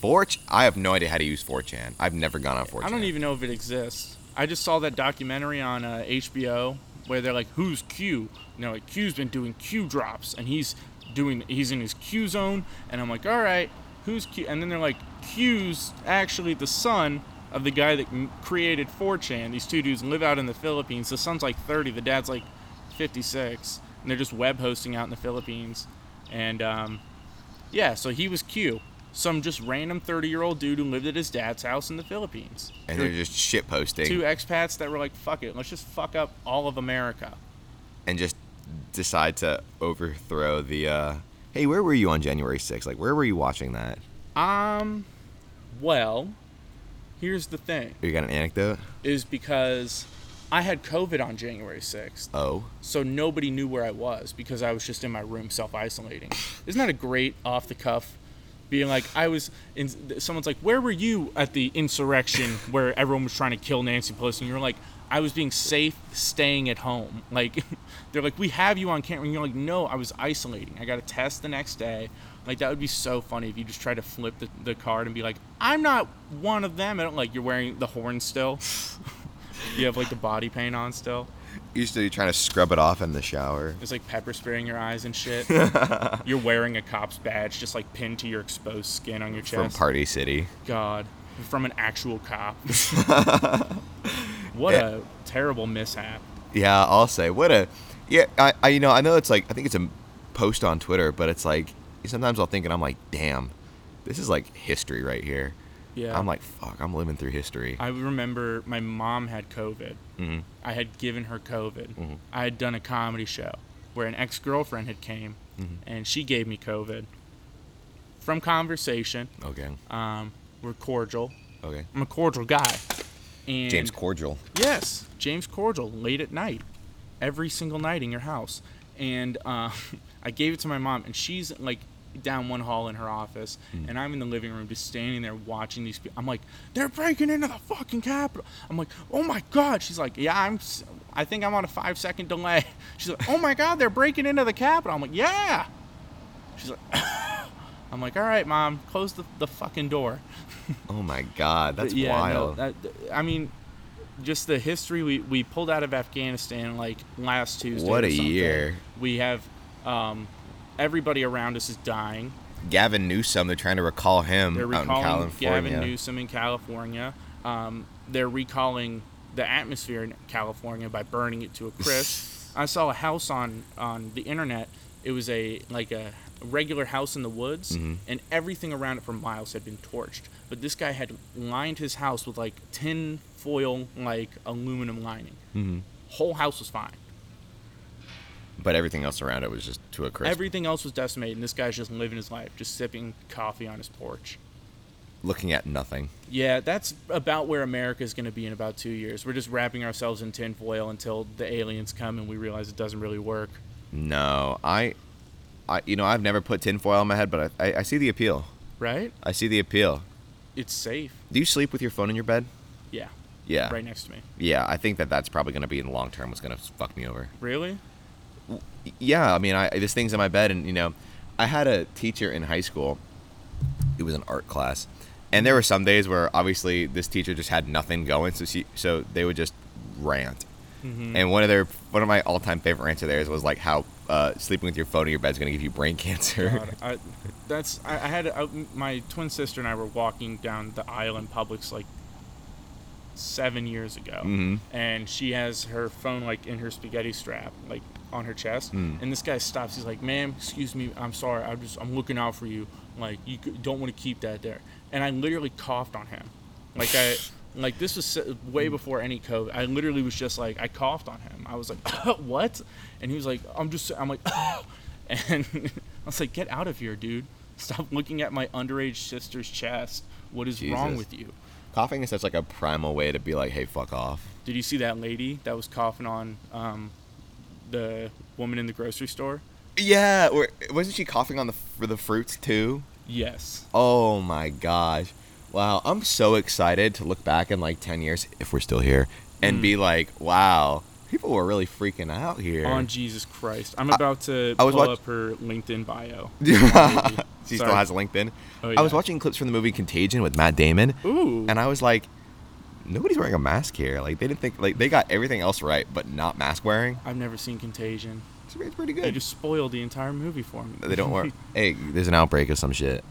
Speaker 3: 4ch I have no idea how to use 4chan. I've never gone on 4chan.
Speaker 2: I don't even know if it exists. I just saw that documentary on uh, HBO where they're like, "Who's Q?" And they're like, "Q's been doing Q drops, and he's doing he's in his Q zone." And I'm like, "All right, who's Q?" And then they're like, "Q's actually the son of the guy that m- created 4chan." These two dudes live out in the Philippines. The son's like 30, the dad's like 56, and they're just web hosting out in the Philippines. And um, yeah, so he was Q, some just random 30 year old dude who lived at his dad's house in the Philippines.
Speaker 3: and they're just shit posting
Speaker 2: two expats that were like, fuck it, let's just fuck up all of America.
Speaker 3: and just decide to overthrow the uh Hey, where were you on January 6th? Like where were you watching that?
Speaker 2: Um, well, here's the thing
Speaker 3: You got an anecdote?
Speaker 2: is because I had COVID on January 6th,
Speaker 3: Oh.
Speaker 2: so nobody knew where I was because I was just in my room self isolating. Isn't that a great off the cuff? Being like, I was in. Someone's like, "Where were you at the insurrection where everyone was trying to kill Nancy Pelosi?" And you're like, "I was being safe, staying at home." Like, they're like, "We have you on camera," and you're like, "No, I was isolating. I got a test the next day." Like, that would be so funny if you just try to flip the, the card and be like, "I'm not one of them." I don't like you're wearing the horn still. you have like the body paint on still.
Speaker 3: Usually you're trying to scrub it off in the shower.
Speaker 2: There's like pepper spraying your eyes and shit. You're wearing a cop's badge, just like pinned to your exposed skin on your
Speaker 3: From
Speaker 2: chest.
Speaker 3: Party City.
Speaker 2: God, from an actual cop. what a terrible mishap.
Speaker 3: Yeah, I'll say what a yeah. I, I you know I know it's like I think it's a post on Twitter, but it's like sometimes I'll think and I'm like, damn, this is like history right here.
Speaker 2: Yeah.
Speaker 3: I'm like, fuck, I'm living through history.
Speaker 2: I remember my mom had COVID.
Speaker 3: Mhm.
Speaker 2: I had given her COVID.
Speaker 3: Mm-hmm.
Speaker 2: I had done a comedy show where an ex girlfriend had came,
Speaker 3: Mm-hmm.
Speaker 2: and she gave me COVID. From conversation,
Speaker 3: Okay,
Speaker 2: um, we're cordial.
Speaker 3: okay.
Speaker 2: I'm a cordial guy. And
Speaker 3: James Cordial.
Speaker 2: Yes, James Cordial, late at night, every single night in your house. And uh, I gave it to my mom, and she's like down one hall in her office, and I'm in the living room just standing there watching these people. I'm like, they're breaking into the fucking Capitol. I'm like, oh my God. She's like, yeah, I'm. s- I think I'm on a five second delay. She's like, oh my God, they're breaking into the Capitol. I'm like, yeah. She's like, I'm like, all right, mom, close the, the fucking door.
Speaker 3: Oh my God, that's
Speaker 2: But yeah,
Speaker 3: wild.
Speaker 2: No, that, I mean, just the history we, we pulled out of Afghanistan like last Tuesday.
Speaker 3: What
Speaker 2: or
Speaker 3: a
Speaker 2: something.
Speaker 3: year.
Speaker 2: We have um, everybody around us is dying.
Speaker 3: Gavin Newsom, they're trying to recall him
Speaker 2: They're
Speaker 3: out in
Speaker 2: recalling
Speaker 3: California.
Speaker 2: Gavin Newsom in California. Um, they're recalling the atmosphere in California by burning it to a crisp. I saw a house on on the internet. It was a like a regular house in the woods,
Speaker 3: Mm-hmm.
Speaker 2: and everything around it for miles had been torched. But this guy had lined his house with like tin foil, like aluminum lining.
Speaker 3: Mm-hmm.
Speaker 2: Whole house was fine.
Speaker 3: but everything else around it was just to a crisp.
Speaker 2: Everything else was decimated, and this guy's just living his life, just sipping coffee on his porch.
Speaker 3: Looking at nothing.
Speaker 2: Yeah, that's about where America is going to be in about two years. We're just wrapping ourselves in tinfoil until the aliens come and we realize it doesn't really work.
Speaker 3: No, I, I you know I've never put tinfoil on my head, but I, I, I see the appeal.
Speaker 2: Right?
Speaker 3: I see the appeal.
Speaker 2: It's safe.
Speaker 3: Do you sleep with your phone in your bed?
Speaker 2: Yeah.
Speaker 3: Yeah.
Speaker 2: Right next to me.
Speaker 3: Yeah, I think that that's probably going to be in the long term what's going to fuck me over.
Speaker 2: Really?
Speaker 3: Yeah, I mean, I this thing's in my bed, and you know, I had a teacher in high school. It was an art class, and there were some days where obviously this teacher just had nothing going, so she so they would just rant,
Speaker 2: Mm-hmm.
Speaker 3: And one of their one of my all time favorite rants of theirs was like how uh, sleeping with your phone in your bed is going to give you brain cancer.
Speaker 2: God, I, that's I, I had I, my twin sister and I were walking down the aisle in Publix like seven years ago,
Speaker 3: Mhm.
Speaker 2: and she has her phone like in her spaghetti strap, like on her chest, and this guy stops. He's like, "Ma'am, excuse me, I'm sorry. I'm just I'm looking out for you. Like you c- don't want to keep that there." And I literally coughed on him, like I. Like this was s- way before any COVID. I literally was just like I coughed on him. I was like, "What?" And he was like, "I'm just." I'm like, and I was like, "Get out of here, dude! Stop looking at my underage sister's chest. What is wrong
Speaker 3: Jesus.
Speaker 2: with you?"
Speaker 3: Coughing is such like a primal way to be like, hey, fuck off.
Speaker 2: Did you see that lady that was coughing on um, the woman in the grocery store?
Speaker 3: Yeah, or, wasn't she coughing on the for the fruits too?
Speaker 2: Yes.
Speaker 3: Oh my gosh. Wow, I'm so excited to look back in like 10 years if we're still here and
Speaker 2: Hmm.
Speaker 3: be like, wow, people were really freaking out here.
Speaker 2: On Jesus Christ! I'm about to
Speaker 3: I was
Speaker 2: pull
Speaker 3: watch-
Speaker 2: up her LinkedIn bio.
Speaker 3: she
Speaker 2: Sorry.
Speaker 3: still has LinkedIn.
Speaker 2: Oh,
Speaker 3: I was
Speaker 2: yeah.
Speaker 3: watching clips from the movie Contagion with Matt Damon
Speaker 2: Ooh.
Speaker 3: and I was like nobody's wearing a mask here. Like they didn't think like they got everything else right but not mask wearing.
Speaker 2: I've never seen Contagion.
Speaker 3: It's, it's pretty good.
Speaker 2: They just spoiled the entire movie for me.
Speaker 3: they don't work. hey, there's an outbreak of some shit.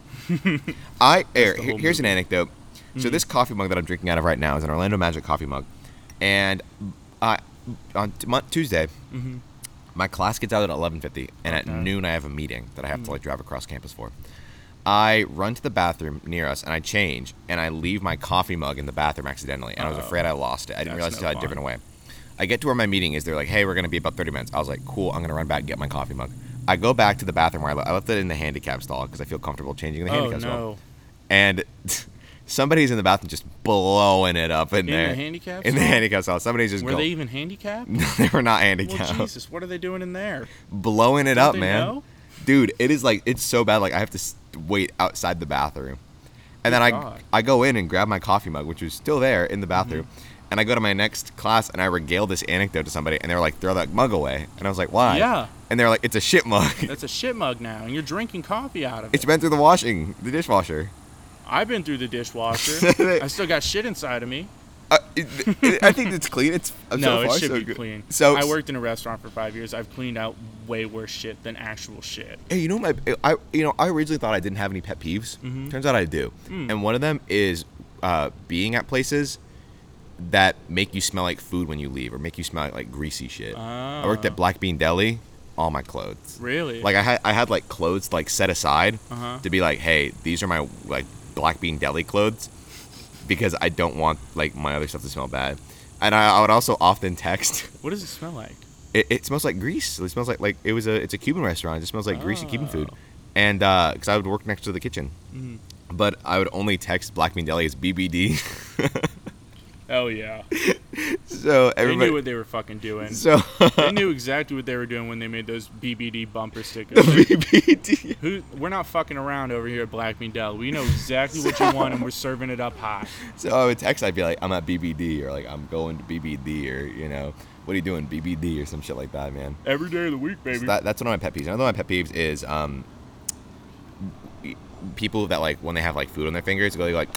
Speaker 3: I here,
Speaker 2: the whole
Speaker 3: here's
Speaker 2: movie.
Speaker 3: an
Speaker 2: Mm-hmm.
Speaker 3: anecdote. So this coffee mug that I'm drinking out of right now is an Orlando Magic coffee mug, and I on t- mon- Tuesday, my class gets out at 11:50, and at
Speaker 2: Mm-hmm. Okay. Mm.
Speaker 3: noon I have a meeting that I have to like drive across campus for. I run to the bathroom near us and I change and I leave my coffee mug in the bathroom accidentally and I was
Speaker 2: Uh-oh.
Speaker 3: afraid I lost it. I
Speaker 2: That's
Speaker 3: didn't realize
Speaker 2: no
Speaker 3: until I had driven
Speaker 2: fun.
Speaker 3: away. I get to where my meeting is. They're like, "Hey, we're gonna be about 30 minutes." I was like, "Cool, I'm gonna run back and get my coffee mug." I go back to the bathroom where I, le- I left it in the handicap stall because I feel comfortable changing the
Speaker 2: Oh
Speaker 3: handicap stall.
Speaker 2: no!
Speaker 3: And somebody's in the bathroom just blowing it up in,
Speaker 2: In
Speaker 3: there.
Speaker 2: the handicap
Speaker 3: In the
Speaker 2: stall?
Speaker 3: handicap stall. Somebody's just
Speaker 2: Were
Speaker 3: go-
Speaker 2: they even handicapped?
Speaker 3: they were not
Speaker 2: Well,
Speaker 3: handicapped.
Speaker 2: Jesus, what are they doing in there?
Speaker 3: blowing it
Speaker 2: Don't
Speaker 3: up,
Speaker 2: they
Speaker 3: man.
Speaker 2: know?
Speaker 3: Dude, it is like it's so bad. Like I have to s- wait outside the bathroom, and then
Speaker 2: Good
Speaker 3: I
Speaker 2: God. Mm-hmm.
Speaker 3: I go in and grab my coffee mug, which was still there in the bathroom, and I go to my next class and I regale this anecdote to somebody, and they're like, "Throw that mug away," and I was like, "Why?"
Speaker 2: Yeah.
Speaker 3: and they're like, "It's a shit mug.
Speaker 2: That's a shit mug now, and you're drinking coffee out of it.
Speaker 3: it's been through the washing, the dishwasher."
Speaker 2: I've been through the dishwasher. I still got shit inside of me.
Speaker 3: Uh, it, it- I think it's clean. It's so
Speaker 2: no,
Speaker 3: far
Speaker 2: it should
Speaker 3: so
Speaker 2: be
Speaker 3: good.
Speaker 2: clean.
Speaker 3: So
Speaker 2: I worked in a restaurant for five years. I've cleaned out way worse shit than actual shit.
Speaker 3: Hey, you know my, I you know I originally thought I didn't have any pet peeves. Turns out I do, and one of them is uh, being at places that make you smell like food when you leave, or make you smell like, greasy shit. I worked at Black Bean Deli, all my clothes.
Speaker 2: Really?
Speaker 3: Like I had I had like clothes like set aside
Speaker 2: Uh-huh.
Speaker 3: to be like, hey, these are my like Black Bean Deli clothes, because I don't want like my other stuff to smell bad. And I, I would also often text.
Speaker 2: what does it smell like?
Speaker 3: it, it smells like grease. It smells like like it was a it's a Cuban restaurant. It just smells like greasy Cuban food.
Speaker 2: Oh.
Speaker 3: And because I would work next to the kitchen,
Speaker 2: Mhm.
Speaker 3: but I would only text Black Bean Deli as BBD.
Speaker 2: Oh yeah,
Speaker 3: so
Speaker 2: they
Speaker 3: everybody.
Speaker 2: knew what they were fucking doing.
Speaker 3: so
Speaker 2: they knew exactly what they were doing when they made those BBD bumper stickers.
Speaker 3: BBD.
Speaker 2: Who, we're not fucking around over here at Black Bean Deli. We know exactly what you want, and we're serving it up hot.
Speaker 3: So I would text. I'd be like, I'm at BBD, or like I'm going to BBD, or you know, what are you doing, BBD, or some shit like that, man.
Speaker 2: Every day of the week, baby.
Speaker 3: So that, that's one of my pet peeves. Another one of my pet peeves is um, e, people that like when they have like food on their fingers, go like,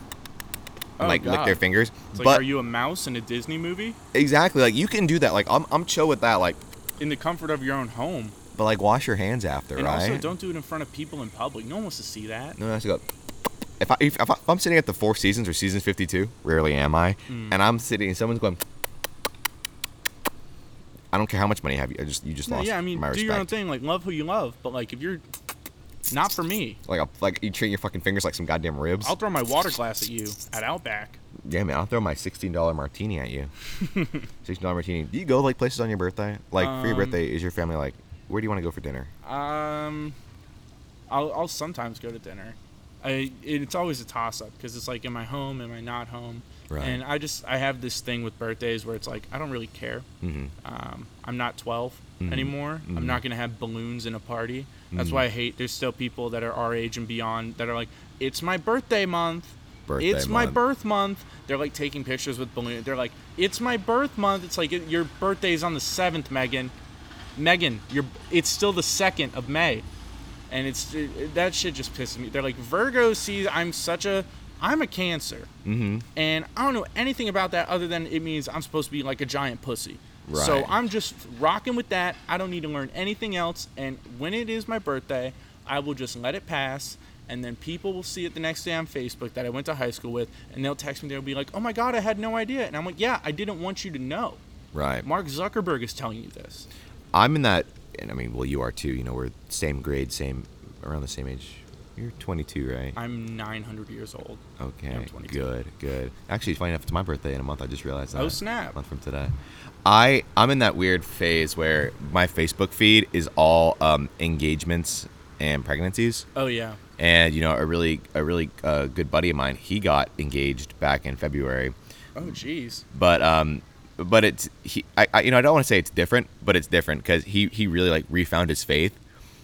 Speaker 2: Oh,
Speaker 3: and, like lick
Speaker 2: God.
Speaker 3: their fingers.
Speaker 2: it's like,
Speaker 3: but
Speaker 2: are you a mouse in a Disney movie?
Speaker 3: Exactly. Like you can do that. Like I'm, I'm chill with that. Like,
Speaker 2: In the comfort of your own home,
Speaker 3: but like wash your hands after,
Speaker 2: and
Speaker 3: right?
Speaker 2: also don't do it in front of people in public. No one wants to see that.
Speaker 3: no, that's good. If, I, if, if I- if I'm sitting at the Four Seasons or Seasons 52, rarely am I,
Speaker 2: Hmm.
Speaker 3: and I'm sitting and someone's going, I don't care how much money you have you, I just you just
Speaker 2: No,
Speaker 3: lost
Speaker 2: yeah, I mean, do
Speaker 3: my respect.
Speaker 2: your own thing. Like, love who you love, but like, if you're not for me,
Speaker 3: Like a, like you treat your fucking fingers like some goddamn ribs.
Speaker 2: I'll throw my water glass at you at Outback.
Speaker 3: yeah, man, I'll throw my sixteen dollar martini at you. sixteen dollar martini. Do you go like places on your birthday? Like for your
Speaker 2: Um,
Speaker 3: birthday, is your family like, where do you want to go for dinner?
Speaker 2: Um, I'll, I'll sometimes go to dinner. I, it- it's always a toss up because it's like, am I home? Am I not home?
Speaker 3: Right.
Speaker 2: And I just I have this thing with birthdays where it's like I don't really care.
Speaker 3: Mm-hmm.
Speaker 2: Um, I'm not 12 anymore. I'm not gonna have balloons in a party. That's
Speaker 3: Mm-hmm.
Speaker 2: why I hate. There's still people that are our age and beyond that are like, it's my birthday month.
Speaker 3: Birthday
Speaker 2: it's my
Speaker 3: month.
Speaker 2: birth month. They're like taking pictures with balloons. They're like, it's my birth month. It's like "It- your birthday's on the seventh, Megan. Megan, you're. It's still the second of May, and it's it, it- that shit just pisses me. They're like Virgo sees I'm such a. I'm a Cancer,
Speaker 3: Mm-hmm.
Speaker 2: and I don't know anything about that other than it means I'm supposed to be like a giant pussy. So
Speaker 3: Right.
Speaker 2: I'm just rocking with that. I don't need to learn anything else. And when it is my birthday, I will just let it pass. And then people will see it the next day on Facebook that I went to high school with, and they'll text me. They'll be like, "Oh my God, I had no idea." And I'm like, "Yeah, I didn't want you to know.
Speaker 3: Right.
Speaker 2: Mark Zuckerberg is telling you this."
Speaker 3: I'm in that, and I mean, well, you are too. You know, we're same grade, same around the same age. You're 22, right?
Speaker 2: I'm 900 years old.
Speaker 3: Okay.
Speaker 2: I'm 22.
Speaker 3: good. Good. Actually, funny enough, it's my birthday in a month. I just realized that.
Speaker 2: Oh, snap.
Speaker 3: A month from today. I I'm in that weird phase where my Facebook feed is all um, engagements and pregnancies.
Speaker 2: Oh yeah.
Speaker 3: And you know, a really a really uh, good buddy of mine, he got engaged back in February.
Speaker 2: Oh jeez.
Speaker 3: but um but it's he I, I you know I don't want to say it's different but it's different because he he really like refound his faith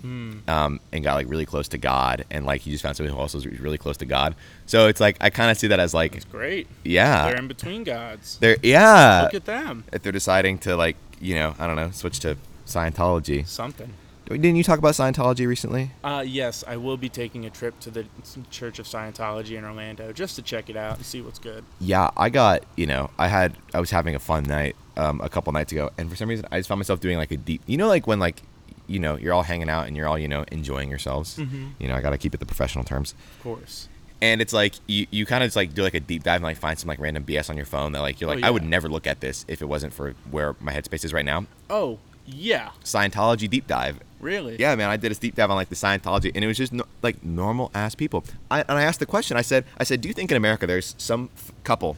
Speaker 3: um and got like really close to God and like he just found somebody who also was really close to God so it's like I kind of see that as like
Speaker 2: It's great. They're
Speaker 3: yeah
Speaker 2: in between gods.
Speaker 3: they're yeah
Speaker 2: Look at them.
Speaker 3: if they're deciding to like you know I don't know switch to Scientology
Speaker 2: Something.
Speaker 3: didn't you talk about Scientology recently
Speaker 2: Uh, yes, I will be taking a trip to the Church of Scientology in Orlando just to check it out and see what's good.
Speaker 3: yeah I got you know I had I was having a fun night um a couple nights ago and for some reason I just found myself doing like a deep you know like when like you know you're all hanging out and you're all you know enjoying yourselves
Speaker 2: Mm-hmm.
Speaker 3: you know I gotta keep it the professional terms
Speaker 2: Of course.
Speaker 3: and it's like you, you kind of just like do like a deep dive and like find some like random BS on your phone that like you're
Speaker 2: Oh,
Speaker 3: like I would
Speaker 2: yeah.
Speaker 3: never look at this if it wasn't for where my headspace is right now
Speaker 2: Oh, yeah.
Speaker 3: Scientology deep dive
Speaker 2: Really?
Speaker 3: yeah, man, I did a deep dive on like the Scientology, and it was just no, like normal ass people. I, and I asked the question. I said, I said, do you think in America there's some f- couple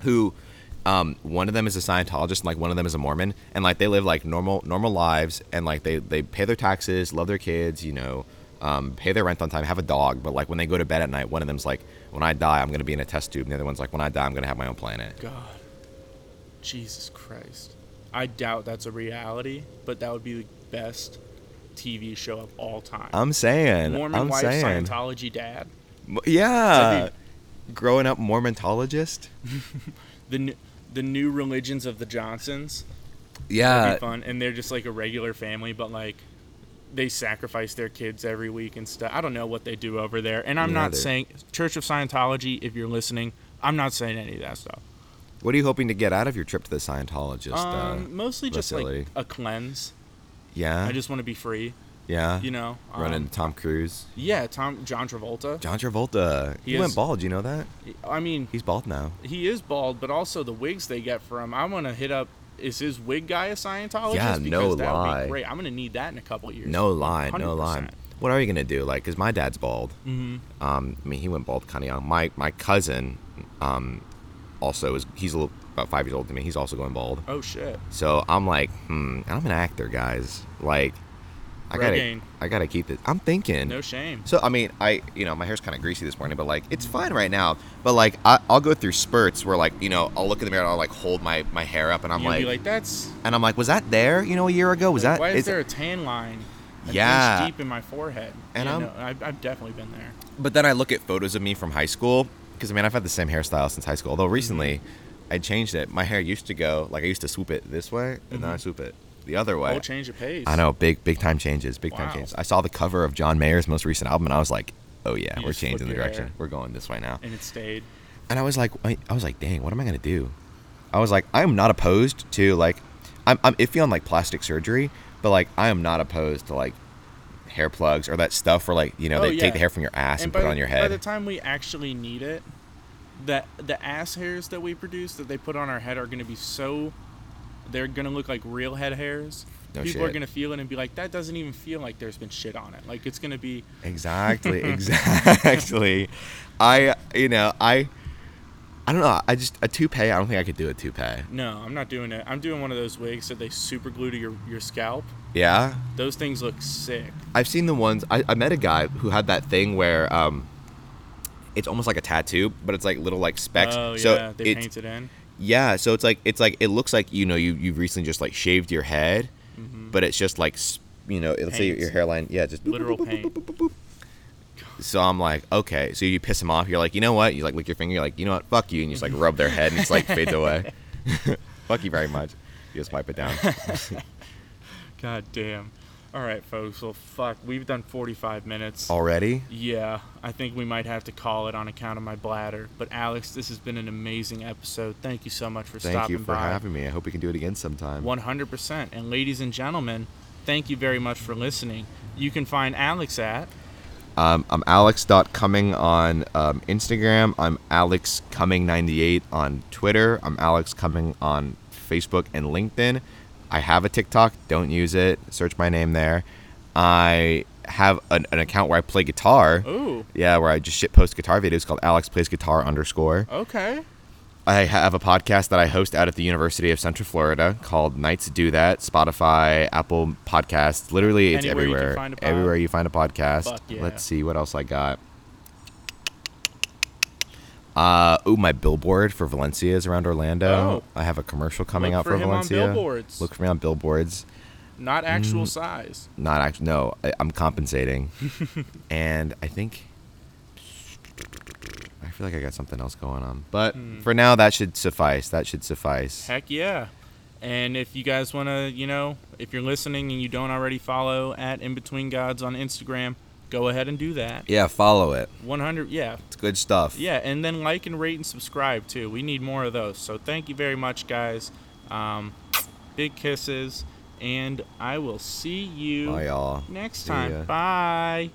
Speaker 3: who um, one of them is a Scientologist and like one of them is a Mormon, and like they live like normal normal lives, and like they they pay their taxes, love their kids, you know, um, pay their rent on time, have a dog, but like when they go to bed at night, one of them's like, when I die, I'm gonna be in a test tube, and the other one's like, when I die, I'm gonna have my own planet.
Speaker 2: God. Jesus Christ. I doubt that's a reality, but that would be the best TV show of all time.
Speaker 3: I'm saying,
Speaker 2: Mormon
Speaker 3: I'm
Speaker 2: wife,
Speaker 3: saying,
Speaker 2: Scientology dad.
Speaker 3: M- yeah,
Speaker 2: That'd
Speaker 3: growing up Mormontologist.
Speaker 2: The new, the new religions of the Johnsons. That'd
Speaker 3: Yeah,
Speaker 2: be fun. And they're just like a regular family, but like they sacrifice their kids every week and stuff. I don't know what they do over there. And I'm not
Speaker 3: Neither.
Speaker 2: saying Church of Scientology, if you're listening, I'm not saying any of that stuff.
Speaker 3: What are you hoping to get out of your trip to the Scientologist? uh,
Speaker 2: Um, mostly just
Speaker 3: facility.
Speaker 2: like a cleanse.
Speaker 3: yeah,
Speaker 2: I just want to be free,
Speaker 3: yeah,
Speaker 2: you know. Um,
Speaker 3: running into Tom Cruise,
Speaker 2: Yeah, Tom John Travolta.
Speaker 3: John Travolta. He,
Speaker 2: He
Speaker 3: went
Speaker 2: is-
Speaker 3: bald. You know that?
Speaker 2: I mean,
Speaker 3: He's bald now.
Speaker 2: he is bald, but also the wigs they get from. I want to hit up. Is his wig guy a Scientologist?
Speaker 3: Yeah, no
Speaker 2: that would
Speaker 3: lie.
Speaker 2: Be great. I'm gonna need that in a couple years.
Speaker 3: No lie, no lie.
Speaker 2: 100%.
Speaker 3: What are you gonna do? Like, cause my dad's bald.
Speaker 2: Mhm.
Speaker 3: Um, I mean, he went bald kind of young. My my cousin, um, also is he's a little, about five years older than me. He's also going bald.
Speaker 2: Oh shit.
Speaker 3: So I'm like, hmm, I'm an actor, guys. Like, I gotta,
Speaker 2: Rogaine.
Speaker 3: I gotta keep this. I'm thinking.
Speaker 2: No shame.
Speaker 3: So I mean, I you know my hair's kind of greasy this morning, but like it's fine right now. But like I, I'll go through spurts where like you know I'll look in the mirror and I'll like hold my my hair up and I'm
Speaker 2: You'll
Speaker 3: like,
Speaker 2: be like, that's
Speaker 3: and I'm like was that there you know a year ago was that
Speaker 2: why is
Speaker 3: it's-
Speaker 2: there a tan line? an inch
Speaker 3: Yeah.
Speaker 2: deep in my forehead.
Speaker 3: And
Speaker 2: Yeah,
Speaker 3: I'm-
Speaker 2: no, I've, I've definitely been there.
Speaker 3: but then I look at photos of me from high school because I mean I've had the same hairstyle since high school although recently
Speaker 2: Mm-hmm.
Speaker 3: I changed it my hair used to go like I used to swoop it this way and now I swoop it the other way
Speaker 2: Mm-hmm. Whole change of pace.
Speaker 3: I know big big time changes big time
Speaker 2: Wow.
Speaker 3: changes I saw the cover of John Mayer's most recent album and I was like oh yeah
Speaker 2: You
Speaker 3: we're
Speaker 2: just flipped
Speaker 3: changing the
Speaker 2: your
Speaker 3: direction
Speaker 2: hair.
Speaker 3: we're going this way now
Speaker 2: And it stayed.
Speaker 3: and I was like, I, I was like, dang, what am I gonna do? I was like, I am not opposed to like, I'm, I'm iffy on like plastic surgery, but like I am not opposed to like hair plugs or that stuff where like you know
Speaker 2: Oh,
Speaker 3: they
Speaker 2: yeah.
Speaker 3: take the hair from your ass and,
Speaker 2: by
Speaker 3: put it
Speaker 2: the-
Speaker 3: on your
Speaker 2: By
Speaker 3: head.
Speaker 2: the time we actually need it, that the ass hairs that we produce that they put on our head are going to be so. They're going to look like real head hairs.
Speaker 3: No
Speaker 2: People are
Speaker 3: shit.
Speaker 2: going to feel it and be like, that doesn't even feel like there's been shit on it. Like, it's going to be.
Speaker 3: exactly, exactly. I you know I. I don't know. I just a toupee. I don't think I could do a toupee.
Speaker 2: No, I'm not doing it. I'm doing one of those wigs that they super glue to your, your scalp.
Speaker 3: Yeah,
Speaker 2: Those things look sick.
Speaker 3: I've seen the ones. I, I met a guy who had that thing where um, it's almost like a tattoo, but it's like little like specks.
Speaker 2: Oh, yeah.
Speaker 3: so
Speaker 2: they
Speaker 3: it's,
Speaker 2: paint it in.
Speaker 3: Yeah, so it's like it's like it looks like you know you you've recently just like shaved your head, but it's just like s- you know let's say your,
Speaker 2: Mm-hmm. Paint.
Speaker 3: your hairline yeah just boop, boop,
Speaker 2: Literal
Speaker 3: boop, boop,
Speaker 2: paint.
Speaker 3: boop, boop, boop, boop. So I'm like okay, so you piss them off. You're like you know what? You like lick your finger. You're like you know what? Fuck you, and you just like rub their head and it's like fades away. Fuck you very much. You just wipe it down.
Speaker 2: God damn. All right, folks. Well, fuck. We've done 45 minutes.
Speaker 3: Already?
Speaker 2: Yeah, I think we might have to call it on account of my bladder. But Alex, this has been an amazing episode. Thank you so much for
Speaker 3: Thank
Speaker 2: stopping
Speaker 3: you for
Speaker 2: by.
Speaker 3: having me. I hope we can do it again sometime.
Speaker 2: 100%. And ladies and gentlemen, thank you very much for listening. You can find Alex at
Speaker 3: Um, I'm alex.cumming on um, Instagram. I'm alexcumming98 on Twitter. I'm alexcumming on Facebook and LinkedIn. I have a TikTok. Don't use it. Search my name there. I have an, an account where I play guitar.
Speaker 2: Ooh.
Speaker 3: Yeah, where I just shit post guitar videos called Alex Plays Guitar underscore.
Speaker 2: Okay.
Speaker 3: I have a podcast that I host out at the University of Central Florida called Nights Do That. Spotify, Apple Podcasts, literally it's
Speaker 2: Anywhere you can
Speaker 3: everywhere.
Speaker 2: find a pod.
Speaker 3: Everywhere you find a podcast.
Speaker 2: Fuck yeah.
Speaker 3: Let's see what else I got. Uh, ooh, my billboard for Valencia is around
Speaker 2: Oh.
Speaker 3: Orlando. I have a commercial coming
Speaker 2: Look
Speaker 3: out
Speaker 2: for
Speaker 3: for,
Speaker 2: him on
Speaker 3: Valencia.
Speaker 2: billboards.
Speaker 3: Look Mm. for me on billboards.
Speaker 2: Not actual size.
Speaker 3: Not actually. No, I, I'm compensating. and I think I feel like I got something else going on, but for now that should suffice. That should suffice.
Speaker 2: Heck yeah. And if you guys want to, you know, if you're listening and you don't already follow at In Between Gods on Instagram, go ahead and do that.
Speaker 3: Yeah, follow it.
Speaker 2: 100, yeah.
Speaker 3: It's good stuff.
Speaker 2: Yeah, and then like and rate and subscribe too. We need more of those. So thank you very much, guys. Um, big kisses, and I will see you
Speaker 3: Bye, y'all.
Speaker 2: next
Speaker 3: See
Speaker 2: time.
Speaker 3: ya.
Speaker 2: Bye.